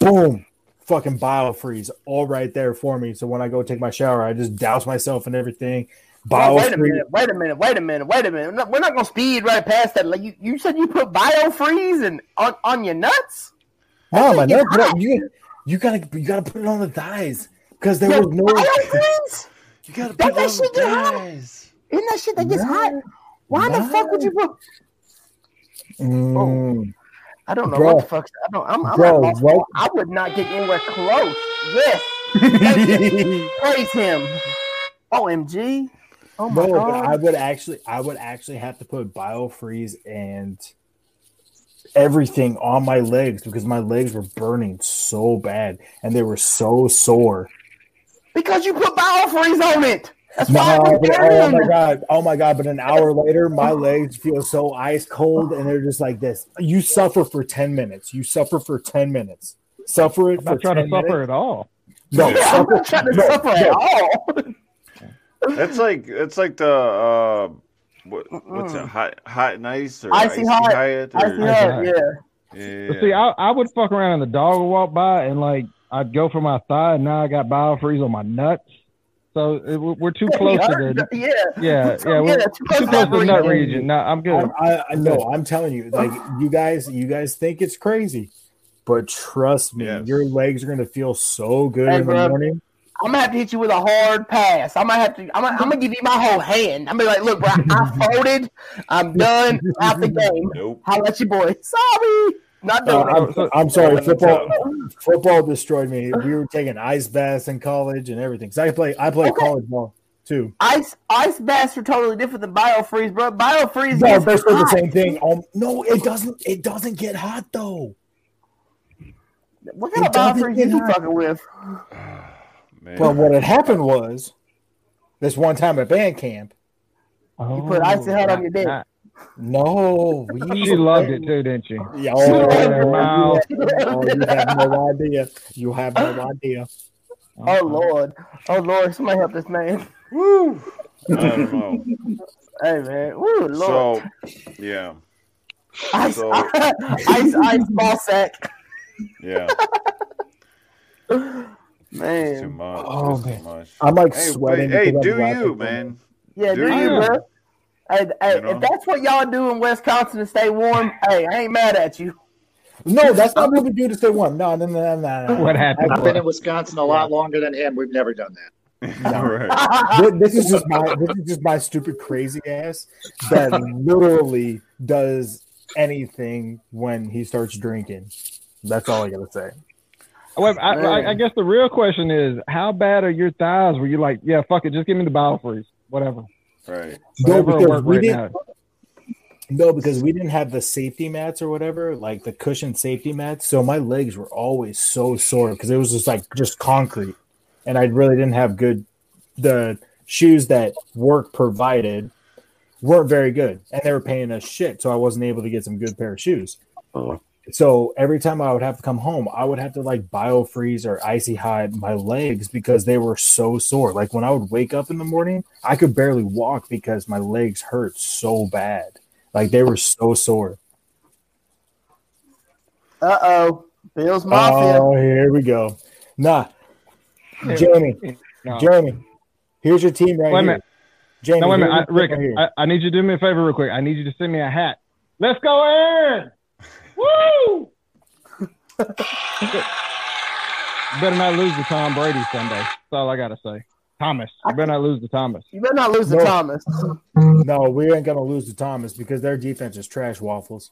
S4: boom, fucking biofreeze, all right there for me. So when I go take my shower, I just douse myself and everything.
S1: Oh, wait a
S4: Biofreeze,
S1: minute, wait a minute, wait a minute, wait a minute. No, We're not gonna speed right past that. Like you, you said you put biofreeze and on, on your nuts?
S4: oh my
S1: That thing is
S4: no, bro,
S1: hot.
S4: you you gotta you gotta put it on the thighs because there
S1: Yeah,
S4: was no.
S1: biofreeze?
S8: You gotta
S1: Don't
S8: pick
S1: that
S8: up
S1: shit get hot?
S8: guys.
S1: Isn't that shit that gets hot? Why the fuck would you put?
S4: Mm.
S1: I don't know
S4: Bro.
S1: what the fuck. I don't. I'm. I'm
S4: Bro,
S1: at loss.
S4: what-
S1: I would not get anywhere close. Yes. Thank you. Praise him. Omg. Oh my
S4: No, but
S1: god.
S4: I would actually, I would actually have to put biofreeze and everything on my legs because my legs were burning so bad and they were so sore.
S1: because you put biofreeze on it. That's why
S4: No,
S1: it was
S4: but- oh my
S1: burning.
S4: god, oh my god! But an hour later, my legs feel so ice cold and they're just like this. You suffer for ten minutes. You suffer for ten minutes. Suffer it
S5: I'm
S4: for
S5: not trying
S4: ten
S5: to suffer at
S4: minutes.
S5: all.
S4: No,
S1: Yeah, I'm
S4: suffer.
S1: not trying to
S4: no,
S1: suffer at
S4: no.
S1: all.
S8: That's like that's like the uh, what, what's
S4: Mm.
S1: Mm-mm.
S8: it? Hot hot and ice or
S1: Icy
S8: icy,
S1: hot.
S8: hot?
S1: I
S8: Or,
S1: see that. Yeah.
S8: yeah.
S5: But see, I, I would fuck around and the dog would walk by and like I'd go for my thigh and now I got biofreeze on my nuts. so it, we're we're too
S1: Yeah,
S5: close to
S1: nut-
S5: the
S1: yeah.
S5: yeah yeah we're
S1: Yeah,
S5: too close to the nut region. No, I'm good.
S4: I, I, I know. I'm telling you, like you guys, you guys think it's crazy, but trust me, your legs are gonna feel so good
S1: Hey,
S4: in the
S1: bro.
S4: morning.
S1: I'm gonna have to hit you with a hard pass. I might have to. I'm gonna, I'm gonna give you my whole hand. I'm gonna be like, look, bro, I folded. I'm done. Out the game. How about you, boy? Sorry, not
S4: Uh,
S1: done.
S4: I'm, I'm sorry, football. Football destroyed me. We were taking ice baths in college and everything. 'Cause I play, I play college ball too.
S1: Ice ice baths are totally different than biofreeze, bro. Biofreeze.
S4: No,
S1: gets
S4: they're still the
S1: hot.
S4: same thing. Um, no, it doesn't. It doesn't get hot though.
S1: What kind
S4: It
S1: of
S4: doesn't
S1: biofreeze
S4: get
S1: you
S4: hot.
S1: fucking with?
S4: But what had happened was this one time at band camp.
S5: You
S1: put icy hot on your dick.
S4: No, we
S5: She loved it too, didn't she?
S4: Yeah,
S5: She
S4: oh,
S5: loved her
S4: you
S5: mouth.
S4: have- oh, you have no idea. You have no idea.
S1: Oh
S4: Uh-huh.
S1: lord, oh lord, somebody help this man.
S8: Woo. I don't know.
S1: Hey man, woo lord.
S8: So, yeah.
S1: ice,
S8: so-
S1: ice, ice, ball sack.
S8: Yeah.
S1: Man.
S8: Too much.
S4: Oh,
S8: It's
S4: man.
S8: Too much.
S4: I'm, like,
S8: Hey,
S4: sweating
S8: Hey,
S4: because I'm
S8: do
S4: laughing so
S8: you,
S4: much.
S8: man?
S1: Yeah, do you,
S8: Dude. Yeah.
S1: bro? Hey, hey,
S8: know?
S1: if that's what y'all do in Wisconsin to stay warm, hey, I ain't mad at you.
S4: No, that's not what we do to stay warm. No, no, no, no, no.
S5: Uh, What happened?
S4: I-
S6: I've been in Wisconsin a lot longer than him. We've never done that.
S4: Th- this is just my this is just my stupid crazy ass that literally does anything when he starts drinking. That's all I gotta say.
S5: Wait, I, I, I guess the real question is, how bad are your thighs? Were you like, yeah, fuck it, just give me the bowel freeze, whatever.
S8: Right.
S4: No,
S5: Whatever
S4: because
S5: work
S4: we
S5: right
S4: didn't.
S5: now.
S4: No, because we didn't have the safety mats or whatever, like the cushion safety mats. So my legs were always so sore because it was just like just concrete, and I really didn't have good. The shoes that work provided weren't very good, and they were paying us shit, so I wasn't able to get some good pair of shoes. So every time I would have to come home, I would have to like biofreeze or icy hot my legs because they were so sore. Like when I would wake up in the morning, I could barely walk because my legs hurt so bad. Like they were so sore.
S1: Uh oh, Bills Mafia.
S5: Uh,
S4: Oh, here we go. Nah, Jamie,
S5: No.
S4: Jamie, here's your team right
S5: Wait a
S4: here.
S5: minute.
S4: Jamie,
S5: no, wait a
S4: here's your
S5: minute, I,
S4: team
S5: Rick.
S4: right here.
S5: I, I need you to do me a favor real quick. I need you to send me a hat. Let's go, Aaron. Woo! better not lose to Tom Brady Sunday. That's all I gotta say. Thomas, you better not lose to Thomas.
S1: You better not lose to
S4: No.
S1: Thomas.
S4: no, we ain't gonna lose to Thomas because their defense is trash waffles.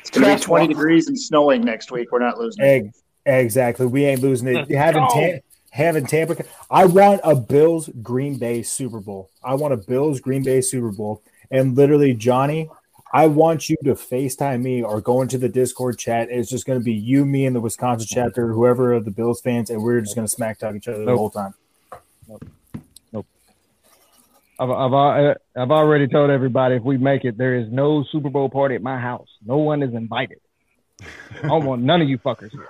S6: It's going to be
S1: Trash
S6: 20
S1: walk.
S6: degrees and snowing next week. We're not losing.
S4: Egg, exactly. We ain't losing it. Having Tam- having Tampa. I want a Bills Green Bay Super Bowl. I want a Bills Green Bay Super Bowl. And literally, Johnny, I want you to FaceTime me or go into the Discord chat. It's just going to be you, me, and the Wisconsin chapter, whoever of the Bills fans, and we're just going to smack talk each other the
S5: Nope.
S4: whole time.
S5: I've, I've, al- I've already told everybody if we make it, there is no Super Bowl party at my house. No one is invited. I don't want none of you fuckers here.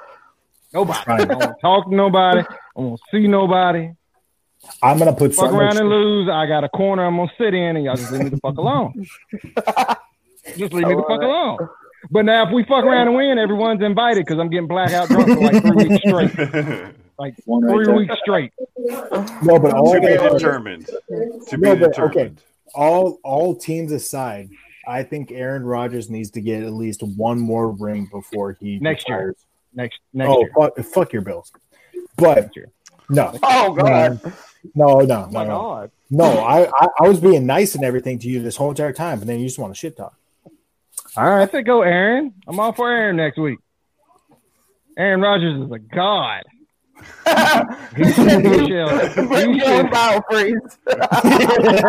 S5: Nobody. I don't want to talk to nobody. I won't see nobody.
S4: I'm going to put
S5: Fuck
S4: so
S5: around
S4: much-
S5: and lose. I got a corner I'm gonna sit in, and y'all just leave me the fuck alone. just leave me the fuck alone. But now if we fuck around and win, everyone's invited because I'm getting blackout drunk for like three weeks straight. Like
S6: One right
S5: three
S6: there.
S5: weeks straight.
S4: No, but all I
S8: to be
S4: gotta tell you-
S8: determined. To be
S4: No, but, Oh, okay.
S8: determined.
S4: all all teams aside, I think Aaron Rodgers needs to get at least one more ring before he
S5: Next year.
S4: retires.
S5: Next next
S4: oh,
S5: year.
S4: Fuck, fuck your Bills. But
S5: Next year.
S4: no,
S1: Oh god.
S4: no, no, no,
S5: my
S4: no.
S5: God.
S4: No, I, I, I was being nice and everything to you this whole entire time, and then you just want to shit talk.
S5: All right, I said go, Aaron. I'm all for Aaron next week. Aaron Rodgers is a god. He shall, he shall,
S1: Bring
S5: he
S1: your
S5: shall,
S1: own biofreeze.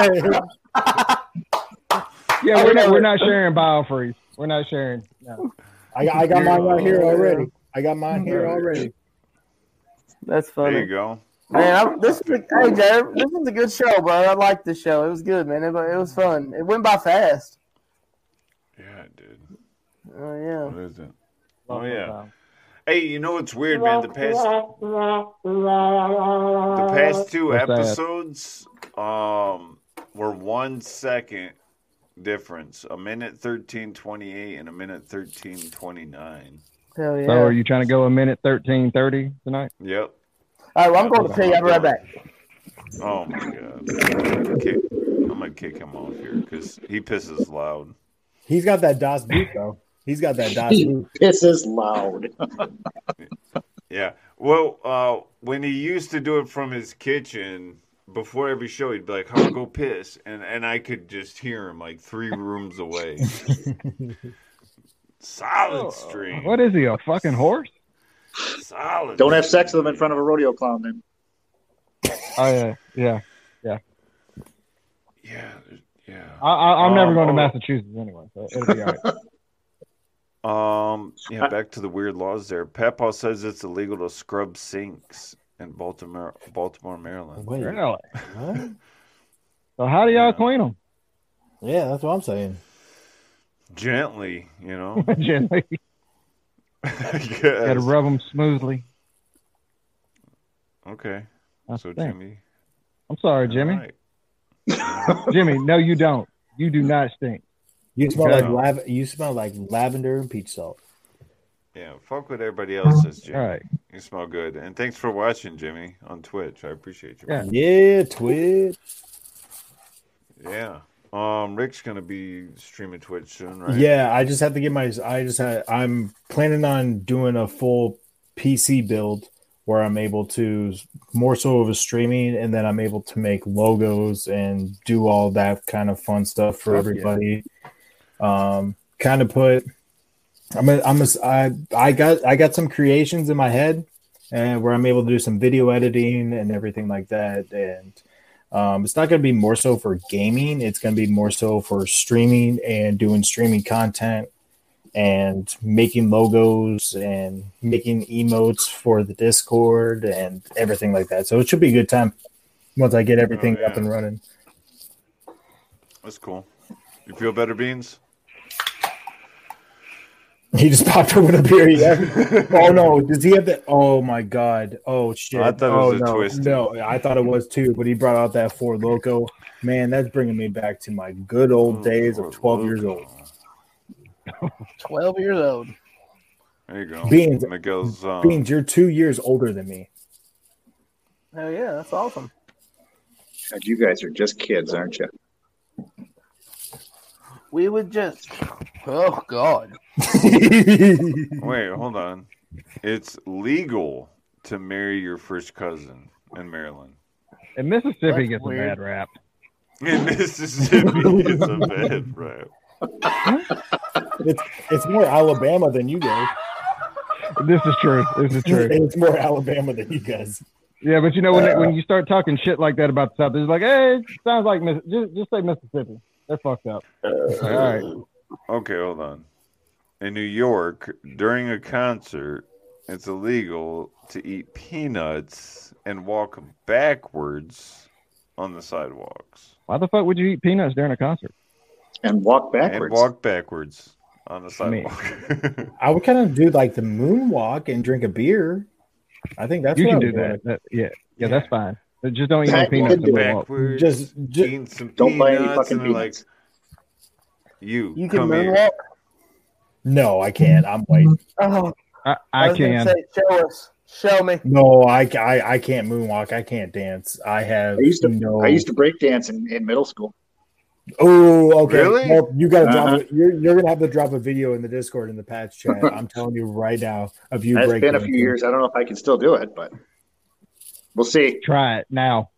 S5: yeah, we're not, we're not sharing biofreeze. We're not sharing. No.
S4: I, I got mine right here already. I got mine here already.
S1: That's
S8: There
S1: funny.
S8: you go.
S1: Man, I'm, this is a, hey, Jared, this is a good show, bro. I like this show. It was good, man. It, it was fun. It went by fast.
S8: Yeah, dude.
S1: Oh yeah.
S8: What is it? Oh yeah. Hey, you know what's weird, man? The past the past two
S5: What's that?
S8: episodes um were one second difference. A minute thirteen twenty eight and a minute thirteen twenty nine.
S1: Hell yeah.
S5: So are you trying to go a minute thirteen thirty tonight?
S8: Yep.
S1: All right, well, I'm going to tell you. I'll be right back.
S8: Oh my god! I'm gonna kick, I'm gonna kick him off here because he pisses loud.
S4: He's got that DOS boot though. He's got that DOS boot.
S6: Pisses loud.
S8: Yeah. Well, uh, when he used to do it from his kitchen before every show, he'd be like, "I'm gonna go piss," and and I could just hear him like three rooms away. Solid stream.
S5: Oh, What is he? A fucking horse?
S8: Solid.
S6: Don't have sex with them in front of a rodeo clown, then.
S5: Oh yeah, yeah.
S8: Yeah, yeah.
S5: I, I, I'm never
S8: Um,
S5: going to
S8: oh.
S5: Massachusetts anyway, so it'll be all right.
S8: Um, yeah, back to the weird laws there. Papaw says it's illegal to scrub sinks in Baltimore, Baltimore, Maryland.
S4: Wait,
S5: really?
S4: what?
S5: So how do y'all clean them?
S4: Yeah, that's what I'm saying.
S8: Gently, you know.
S5: Gently,
S8: I guess.
S5: got to rub them smoothly.
S8: Okay.
S5: That's
S8: So
S5: the thing.
S8: Jimmy.
S5: I'm sorry, Jimmy.
S8: Alright.
S5: Jimmy, no, you don't. You do not stink.
S4: You smell
S5: Okay.
S4: like lav- you smell like lavender and peach salt.
S8: Yeah, fuck what everybody else says, Jimmy.
S5: All right.
S8: You smell good. And thanks for watching, Jimmy, on Twitch. I appreciate you.
S5: Yeah.
S4: Yeah, Twitch.
S8: Yeah. Um, Rick's gonna be streaming Twitch soon, right?
S4: Yeah, I just have to get my. I just had. I'm planning on doing a full PC build where I'm able to more so of a streaming, and then I'm able to make logos and do all that kind of fun stuff for everybody. Um, kind of put. I'm. A, I'm. A, I. I got. I got some creations in my head, and where I'm able to do some video editing and everything like that, and. Um, it's not going to be more so for gaming. It's going to be more so for streaming and doing streaming content and making logos and making emotes for the Discord and everything like that. So it should be a good time once I get everything
S8: Oh, yeah.
S4: up and running.
S8: That's cool. You feel better, Beans?
S4: He just popped up with a beer. Yeah. oh no! Does he have that? Oh my god! Oh shit!
S8: I thought it
S4: oh,
S8: was a
S4: no.
S8: twist.
S4: No, I thought it was too. But he brought out that Ford Loco. Man, that's bringing me back to my good old days of
S8: Oh,
S4: twelve years old.
S1: Twelve years old.
S8: There you go.
S4: Beans.
S8: Miguel's um,
S4: Beans, you're two years older than me.
S1: Hell yeah, that's awesome.
S6: God, you guys are just kids, aren't you?
S1: We would just. Oh God.
S8: Wait, hold on. It's legal to marry your first cousin in Maryland.
S5: And Mississippi
S1: That's
S5: gets
S1: weird.
S5: a bad rap.
S8: In Mississippi, it's a bad rap.
S4: it's it's more Alabama than you guys.
S5: This is true. This is true.
S4: It's more Alabama than you guys.
S5: Yeah, but you know when they- when you start talking shit like that about the South, it's like, hey, it sounds like Miss- just just say Mississippi. They're fucked up.
S1: Uh,
S5: All right,
S8: Okay, hold on. In New York, during a concert, it's illegal to eat peanuts and walk backwards on the sidewalks.
S5: why the fuck would you eat peanuts during a concert?
S6: And walk
S8: And
S6: backwards.
S8: walk backwards on the
S5: I mean-
S8: sidewalk.
S4: I would kind of do like the moonwalk and drink a beer. I think that's
S5: you
S4: what
S5: can
S4: I
S5: do
S4: would
S5: that. That- yeah, yeah, that's fine. But just don't eat no
S6: Back-
S5: peanuts.
S6: you can do
S5: and walk.
S8: backwards.
S4: Just, just
S8: eating some
S6: Don't buy
S8: peanuts,
S6: any fucking
S8: and they're
S6: peanuts.
S8: like, you,
S1: You can
S8: come
S1: moonwalk.
S4: no, I can't. I'm white.
S1: Oh,
S5: I, I
S1: was gonna
S5: can.
S1: Say, show us. Show me.
S4: No, I, ca- I I can't moonwalk. I can't dance. I have
S6: I used to
S4: no.
S6: I used to break dance in, in middle school.
S4: Oh, okay.
S8: Really?
S4: Well, you got to
S6: Uh-huh.
S4: drop. A, you're you're gonna have to drop a video in the Discord in the patch chat. I'm telling you right now of you.
S6: It's
S4: break
S6: been a few years. I don't know if I can still do it, but we'll see.
S5: Try it now.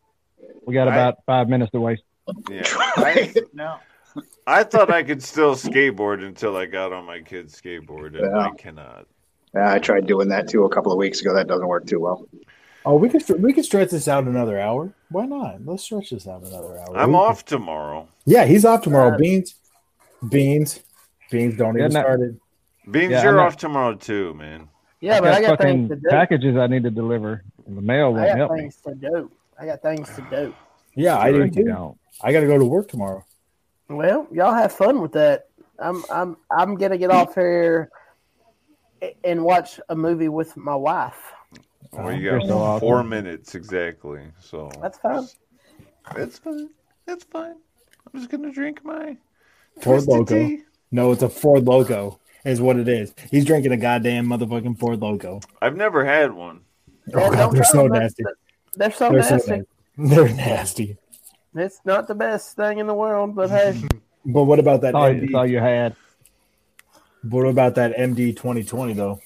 S5: We got
S8: I-
S5: about five minutes to waste.
S8: here. Yeah. I,
S6: no.
S8: I thought I could still skateboard until I got on my kid's skateboard, and I
S6: Yeah.
S8: cannot.
S6: Yeah, I tried doing that too a couple of weeks ago. That doesn't work too well.
S4: Oh, we could we could stretch this out another hour. Why not? Let's stretch this out another hour.
S8: I'm
S4: We-
S8: off tomorrow.
S4: Yeah, he's off tomorrow.
S1: Uh,
S4: Beans, beans, beans. Don't
S5: Yeah,
S4: even
S5: no-
S4: start it.
S8: Beans,
S5: Yeah, I'm
S8: you're
S5: not-
S8: off tomorrow too, man.
S1: Yeah,
S5: I've
S1: but I got
S5: fucking
S1: things to do.
S5: packages I need to deliver. The mail
S1: I
S5: won't
S1: got
S5: help me.
S1: things to do. I got things to do.
S4: Yeah, I do
S5: Sure you
S4: too.
S5: don't.
S4: I got to go to work tomorrow.
S1: Well, y'all have fun with that. I'm I'm I'm gonna get off here a- and watch a movie with my wife.
S8: Oh, Well, you
S5: you're
S8: got
S5: so
S8: four
S5: awesome.
S8: minutes exactly, so
S1: That's fine.
S8: That's fine. That's fine. I'm just gonna drink my
S4: Ford
S8: twisted
S4: Loco.
S8: tea.
S4: No, it's a Ford logo, is what it is. He's drinking a goddamn motherfucking Ford logo.
S8: I've never had one.
S4: Oh, God, they're so nasty.
S1: They're so
S4: They're so
S1: nasty.
S4: nasty. They're nasty.
S1: It's not the best thing in the world, but hey,
S4: But what about that?
S5: That's all you- that's all you had.
S4: What about that MD 2020 though?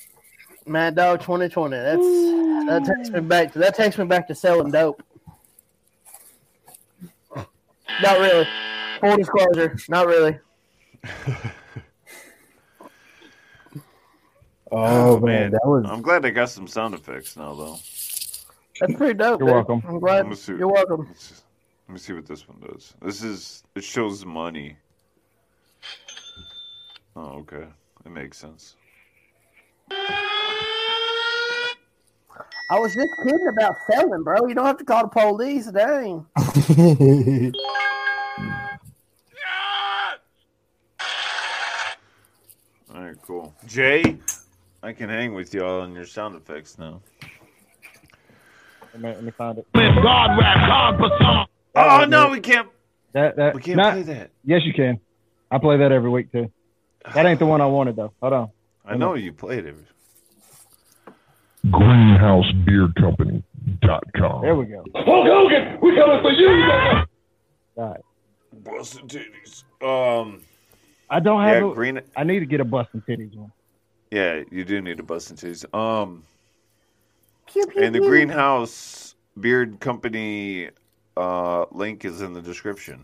S1: Mad Dog 2020. That's that takes me back to that takes me back to selling dope. Not really. Full disclosure, not really.
S4: Oh, man, that was.
S8: I'm glad I got some sound effects now, though.
S1: That's pretty dope.
S8: You're
S1: dude.
S8: welcome.
S1: I'm glad.
S8: I'm gonna sue-
S1: You're welcome.
S8: Let me see what this one does. This is it shows money. Oh, okay, it makes sense.
S1: I was just kidding about selling, bro. You don't have to call the police. Dang.
S8: All right, cool. Jay, I can hang with y'all on your sound effects now.
S5: Let me, let me find it.
S7: God rap, God persona.
S8: Oh no, we can't.
S5: That, that,
S8: We can't
S5: not-
S8: play that.
S5: Yes, you can. I play that every week too. That ain't the one I wanted though. Hold on.
S8: I know you played it.
S7: GreenhouseBeerCompany.com.
S5: There we go.
S7: Hulk Hogan, we coming for you.
S5: All right.
S8: Busted titties. Um,
S5: I don't have.
S8: yeah,
S5: a-
S8: green.
S5: I need to get a busting titties one.
S8: Yeah, you do need a busted titties. Um,
S1: Pew, pew,
S8: and the
S5: Mm-hmm.
S1: pew.
S8: greenhouse beard company uh, link is in the description,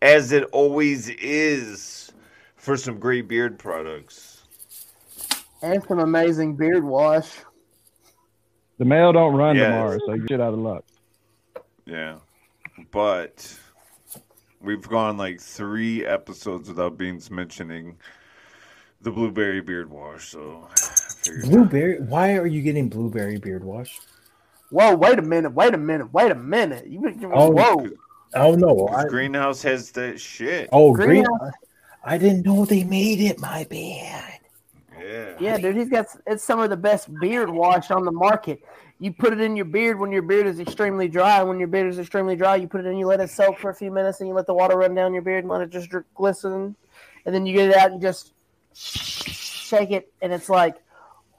S8: as it always is, for some great beard products.
S1: And some amazing beard wash.
S5: The mail don't run
S8: Yes.
S5: tomorrow, so you get out of luck.
S8: Yeah, but we've gone like three episodes without beans mentioning the blueberry beard wash. So I figured
S4: Blueberry. Why are you getting blueberry beard wash?
S1: Whoa, wait a minute, wait a minute, wait a minute. You been
S4: Oh,
S1: whoa.
S4: Oh no! I,
S8: Because greenhouse has that shit.
S4: oh, green.
S1: Green-
S4: I didn't know they made it. My bad.
S8: Yeah.
S1: Yeah, dude, he's got it's some of the best beard wash on the market. You put it in your beard when your beard is extremely dry. When your beard is extremely dry, you put it in, you let it soak for a few minutes, and you let the water run down your beard and let it just dri- glisten. And then you get it out and just shake it, and it's like,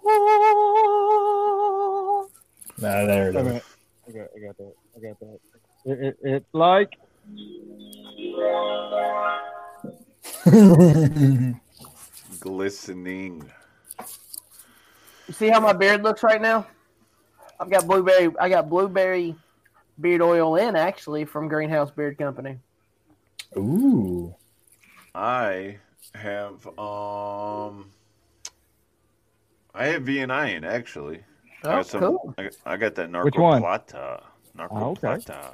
S1: "Whoa."
S4: Nah, there it
S5: Wait a
S4: is.
S5: minute. I got, I got that. I got that. It, it, it's like
S8: Glistening.
S1: you see how my beard looks right now? I've got blueberry. I got blueberry beard oil in actually from Greenhouse Beard Company.
S4: Ooh.
S8: I have um I have V and I in actually. I
S1: Oh,
S8: got some-
S1: cool.
S8: I, got- I got that narco
S5: Which one?
S8: plata. Narco
S5: Oh, okay.
S8: plata.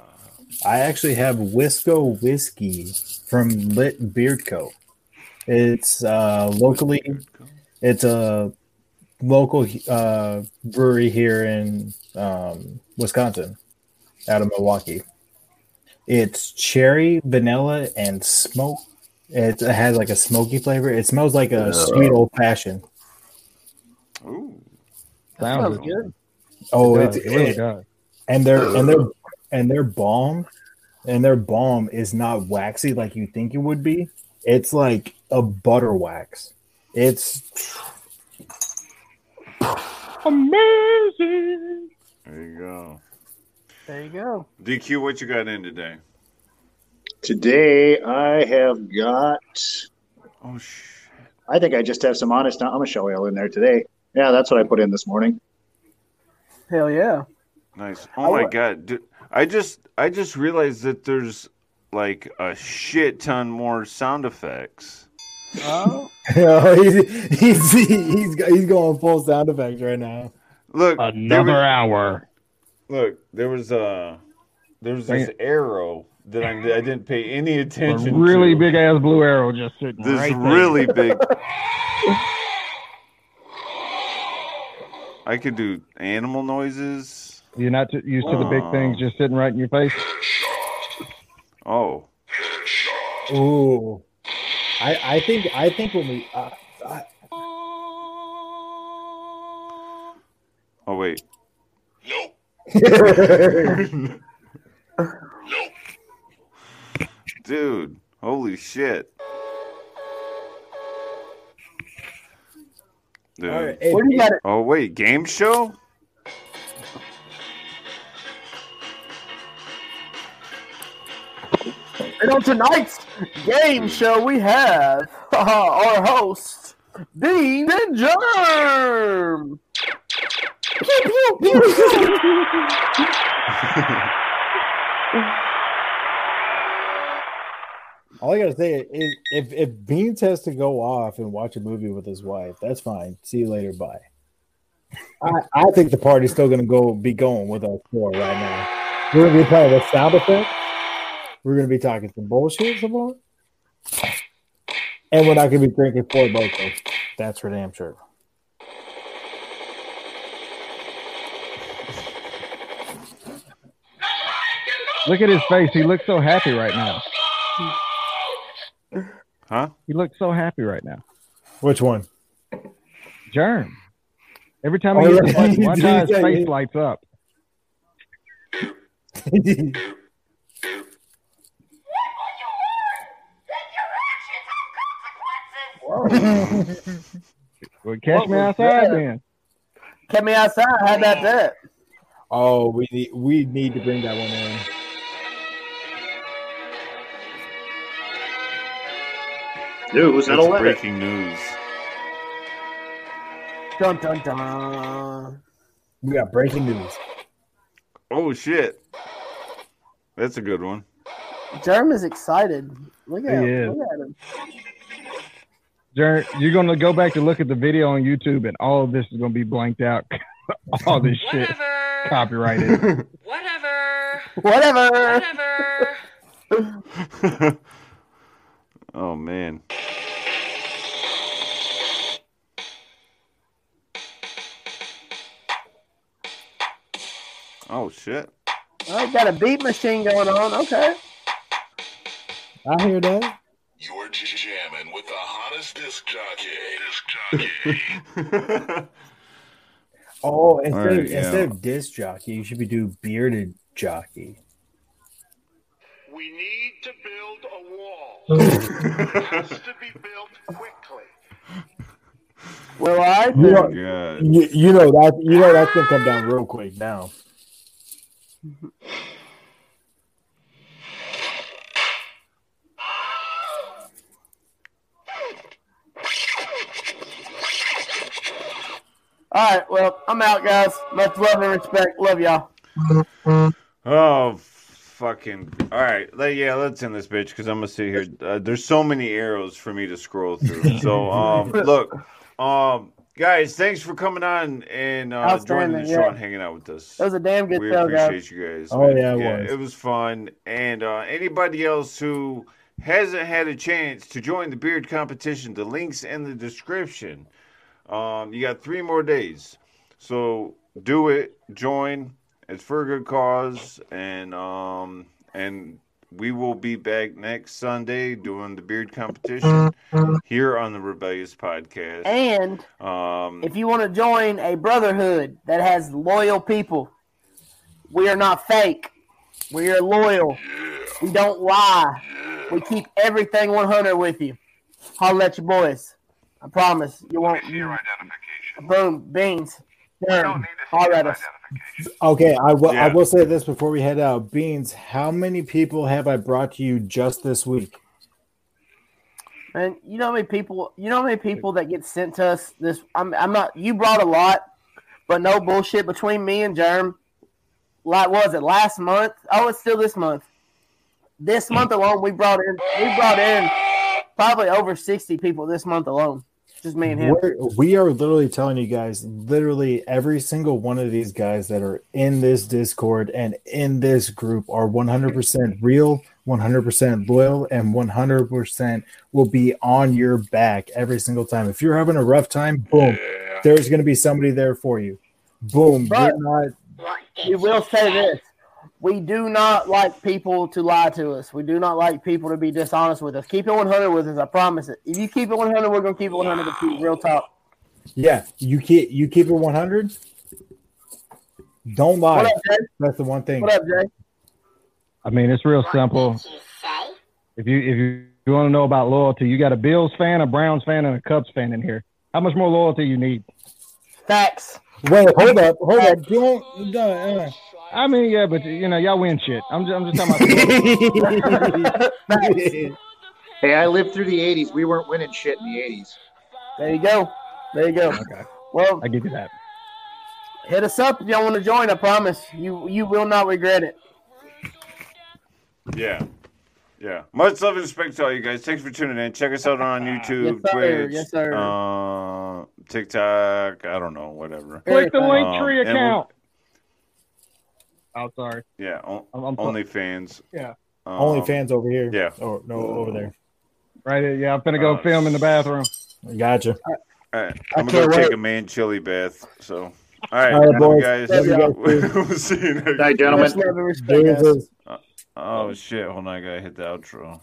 S4: I actually have Wisco whiskey from Lit Beard Co. It's uh, locally. It's a local uh, brewery here in um, Wisconsin, out of Milwaukee. It's cherry, vanilla, and smoke. It has like a smoky flavor. It smells like a sweet old fashioned.
S8: Ooh.
S5: sounds
S1: Smells good.
S4: Oh,
S5: It
S4: it's
S5: does. It really
S4: it-
S5: does.
S4: and their and their and their balm and their balm is not waxy like you think it would be. It's like a butter wax. It's
S5: Amazing.
S8: There you go.
S1: There you go.
S8: DQ, what you got in today?
S6: Today I have got.
S8: Oh shit.
S6: I think I just have some honest Amish oil in there today. Yeah, that's what I put in this morning.
S1: Hell yeah.
S8: Nice. Oh my god. Dude, I just I just realized that there's like a shit ton more sound effects.
S1: Oh,
S4: he's, he's he's he's going full sound effects right now.
S8: Look, there
S5: Another
S8: was-
S5: hour.
S8: Look, there was a there was
S5: Dang
S8: this arrow that I, I didn't pay any
S5: A
S8: attention.
S5: really
S8: to.
S5: big ass blue arrow just sitting
S8: This
S5: right there.
S8: really big. I could do animal noises.
S5: You're not t- used to the big
S8: Wow.
S5: things just sitting right in your face.
S8: Oh,
S4: Ooh, I I think I think when we uh, I,
S8: oh wait. Dude, holy shit. Dude.
S4: all right,
S1: what do you
S4: if,
S1: got?
S8: Oh wait, game show?
S1: And on tonight's game show, we have uh, our host, Dean and Germ. Pew, pew, pew, pew.
S4: All I gotta say is if if Beans has to go off and watch a movie with his wife, that's fine. See you later. Bye. I, I think the party's still gonna go be going with us four right now. We're gonna be playing with sound effects. We're gonna be talking some bullshit some more. And we're not gonna be drinking four locals. That's for damn sure.
S5: Look at his face. He looks so happy right now.
S8: Huh?
S5: He looks so happy right now.
S4: Which one?
S5: Germ. Every time
S4: Oh,
S5: he
S4: yeah.
S5: hits a button, watch how his
S4: Yeah,
S5: face
S4: yeah.
S5: lights up. Well, catch me outside then.
S1: Get me outside. How about that?
S4: Oh, we need we need to bring that one in.
S6: Dude, was that
S8: It's
S6: a letter?
S8: breaking news.
S1: Dun dun dun.
S4: We got breaking news.
S8: Oh shit. That's a good one.
S1: Germ is excited. Look at
S5: He
S1: him.
S5: is.
S1: Look at him.
S5: Germ, you're gonna go back to look at the video on YouTube, and all of this is gonna be blanked out. all this shit copyrighted.
S11: Whatever.
S1: Whatever.
S11: Whatever.
S8: oh man. Oh shit.
S1: Oh, got a beat machine going on. Okay.
S4: I hear that.
S12: You're jamming with the hottest disc jockey.
S4: Oh, instead,
S8: Alright,
S4: of,
S8: yeah.
S4: instead of disc jockey, you should be doing bearded jockey.
S12: We need to build a wall. it has to be built quickly.
S1: Well, I
S4: You know,
S8: God.
S4: you, you know that you know that's gonna come down real quick now.
S1: All right. Well, I'm out, guys. Much love and respect. Love y'all.
S8: Oh fucking. All right. Let, yeah, let's end this bitch because I'm gonna sit here. Uh, there's so many arrows for me to scroll through. So um, look, um, guys, thanks for coming on and uh, joining the
S1: Outstanding,
S8: show
S1: yeah.
S8: and hanging out with us.
S1: That was a damn good
S8: we
S1: show,
S8: appreciate
S1: guys.
S8: you guys.
S4: Oh,
S8: man.
S4: yeah, it was.
S8: it was fun. And uh, anybody else who hasn't had a chance to join the beard competition, the links in the description. Um, you got three more days, so do it. Join. It's for a good cause, and um, and we will be back next Sunday doing the beard competition here on the Rebellious Podcast.
S1: And
S8: Um,
S1: if you want to join a brotherhood that has loyal people, we are not fake. We are loyal. We don't lie. We keep everything 100 with you. Holler at your boys. I promise you won't.
S12: Your identification.
S1: Boom, beans. Damn. Holler at us.
S4: Okay, I will. I
S8: Yeah.
S4: will say this before we head out. Beans, how many people have I brought to you just this week?
S1: And you know how many people you know how many people that get sent to us this I'm I'm not you brought a lot, but no bullshit between me and Germ. Like what was it last month? Oh, it's still this month. This month alone we brought in we brought in probably over sixty people this month alone. Just me and him.
S4: We're, we are literally telling you guys, literally every single one of these guys that are in this Discord and in this group are 100% real, 100% loyal, and 100% will be on your back every single time. If you're having a rough time, boom, there's going to be somebody there for you. Boom.
S1: But-
S4: we're not,
S1: we will say this. We do not like people to lie to us. We do not like people to be dishonest with us. Keep it 100 with us. I promise it. If you keep it 100, we're going to keep it 100 with you. Real talk.
S4: yeah, you keep you keep it 100. Don't
S1: What
S4: lie.
S1: up, Jay?
S4: That's the one thing.
S1: What up, Jay?
S5: I mean, it's real simple. If you if you, you want to know about loyalty, you got a Bills fan, a Browns fan, and a Cubs fan in here. How much more loyalty you need?
S1: Facts.
S4: Wait, hold up, hold up. Don't. no, uh,
S5: I mean, yeah, but you know, y'all win shit. I'm just, I'm just talking about.
S6: Hey, I lived through the 80s. We weren't winning shit in the 80s.
S1: There you go. There you go.
S5: Okay.
S1: Well,
S5: I give you that.
S1: hit us up if y'all want to join. I promise you, you will not regret it.
S8: Yeah. Yeah. Much love and respect to all you guys. Thanks for tuning in. Check us out on YouTube,
S1: Yes, sir.
S8: Twitch,
S1: Yes, sir.
S8: uh, TikTok. I don't know, whatever.
S5: Click the
S8: Um,
S5: link tree
S8: and we-
S5: account. Oh, sorry.
S8: Yeah. On,
S5: I'm- I'm-
S8: OnlyFans.
S5: Yeah.
S8: Um,
S4: Only fans over here.
S8: Yeah.
S4: Or no, over there.
S5: Right here. Yeah, I'm gonna go
S8: Uh,
S5: film in the bathroom.
S4: Gotcha.
S8: All right.
S4: I
S8: I'm gonna
S4: can't
S8: go take
S4: wait.
S8: a man chili bath. So, all right,
S4: All right,
S8: love
S4: boys.
S8: you guys.
S4: Love you guys,
S8: we'll see you next
S6: Night, gentlemen.
S1: Much love and respect, guys.
S4: Deuces.
S8: Oh shit! Hold on, I gotta hit the outro.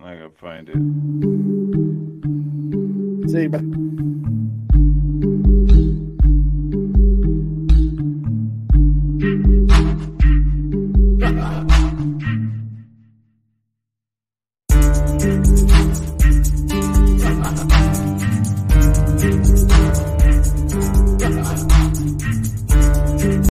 S8: I gotta find it.
S1: See you. bye.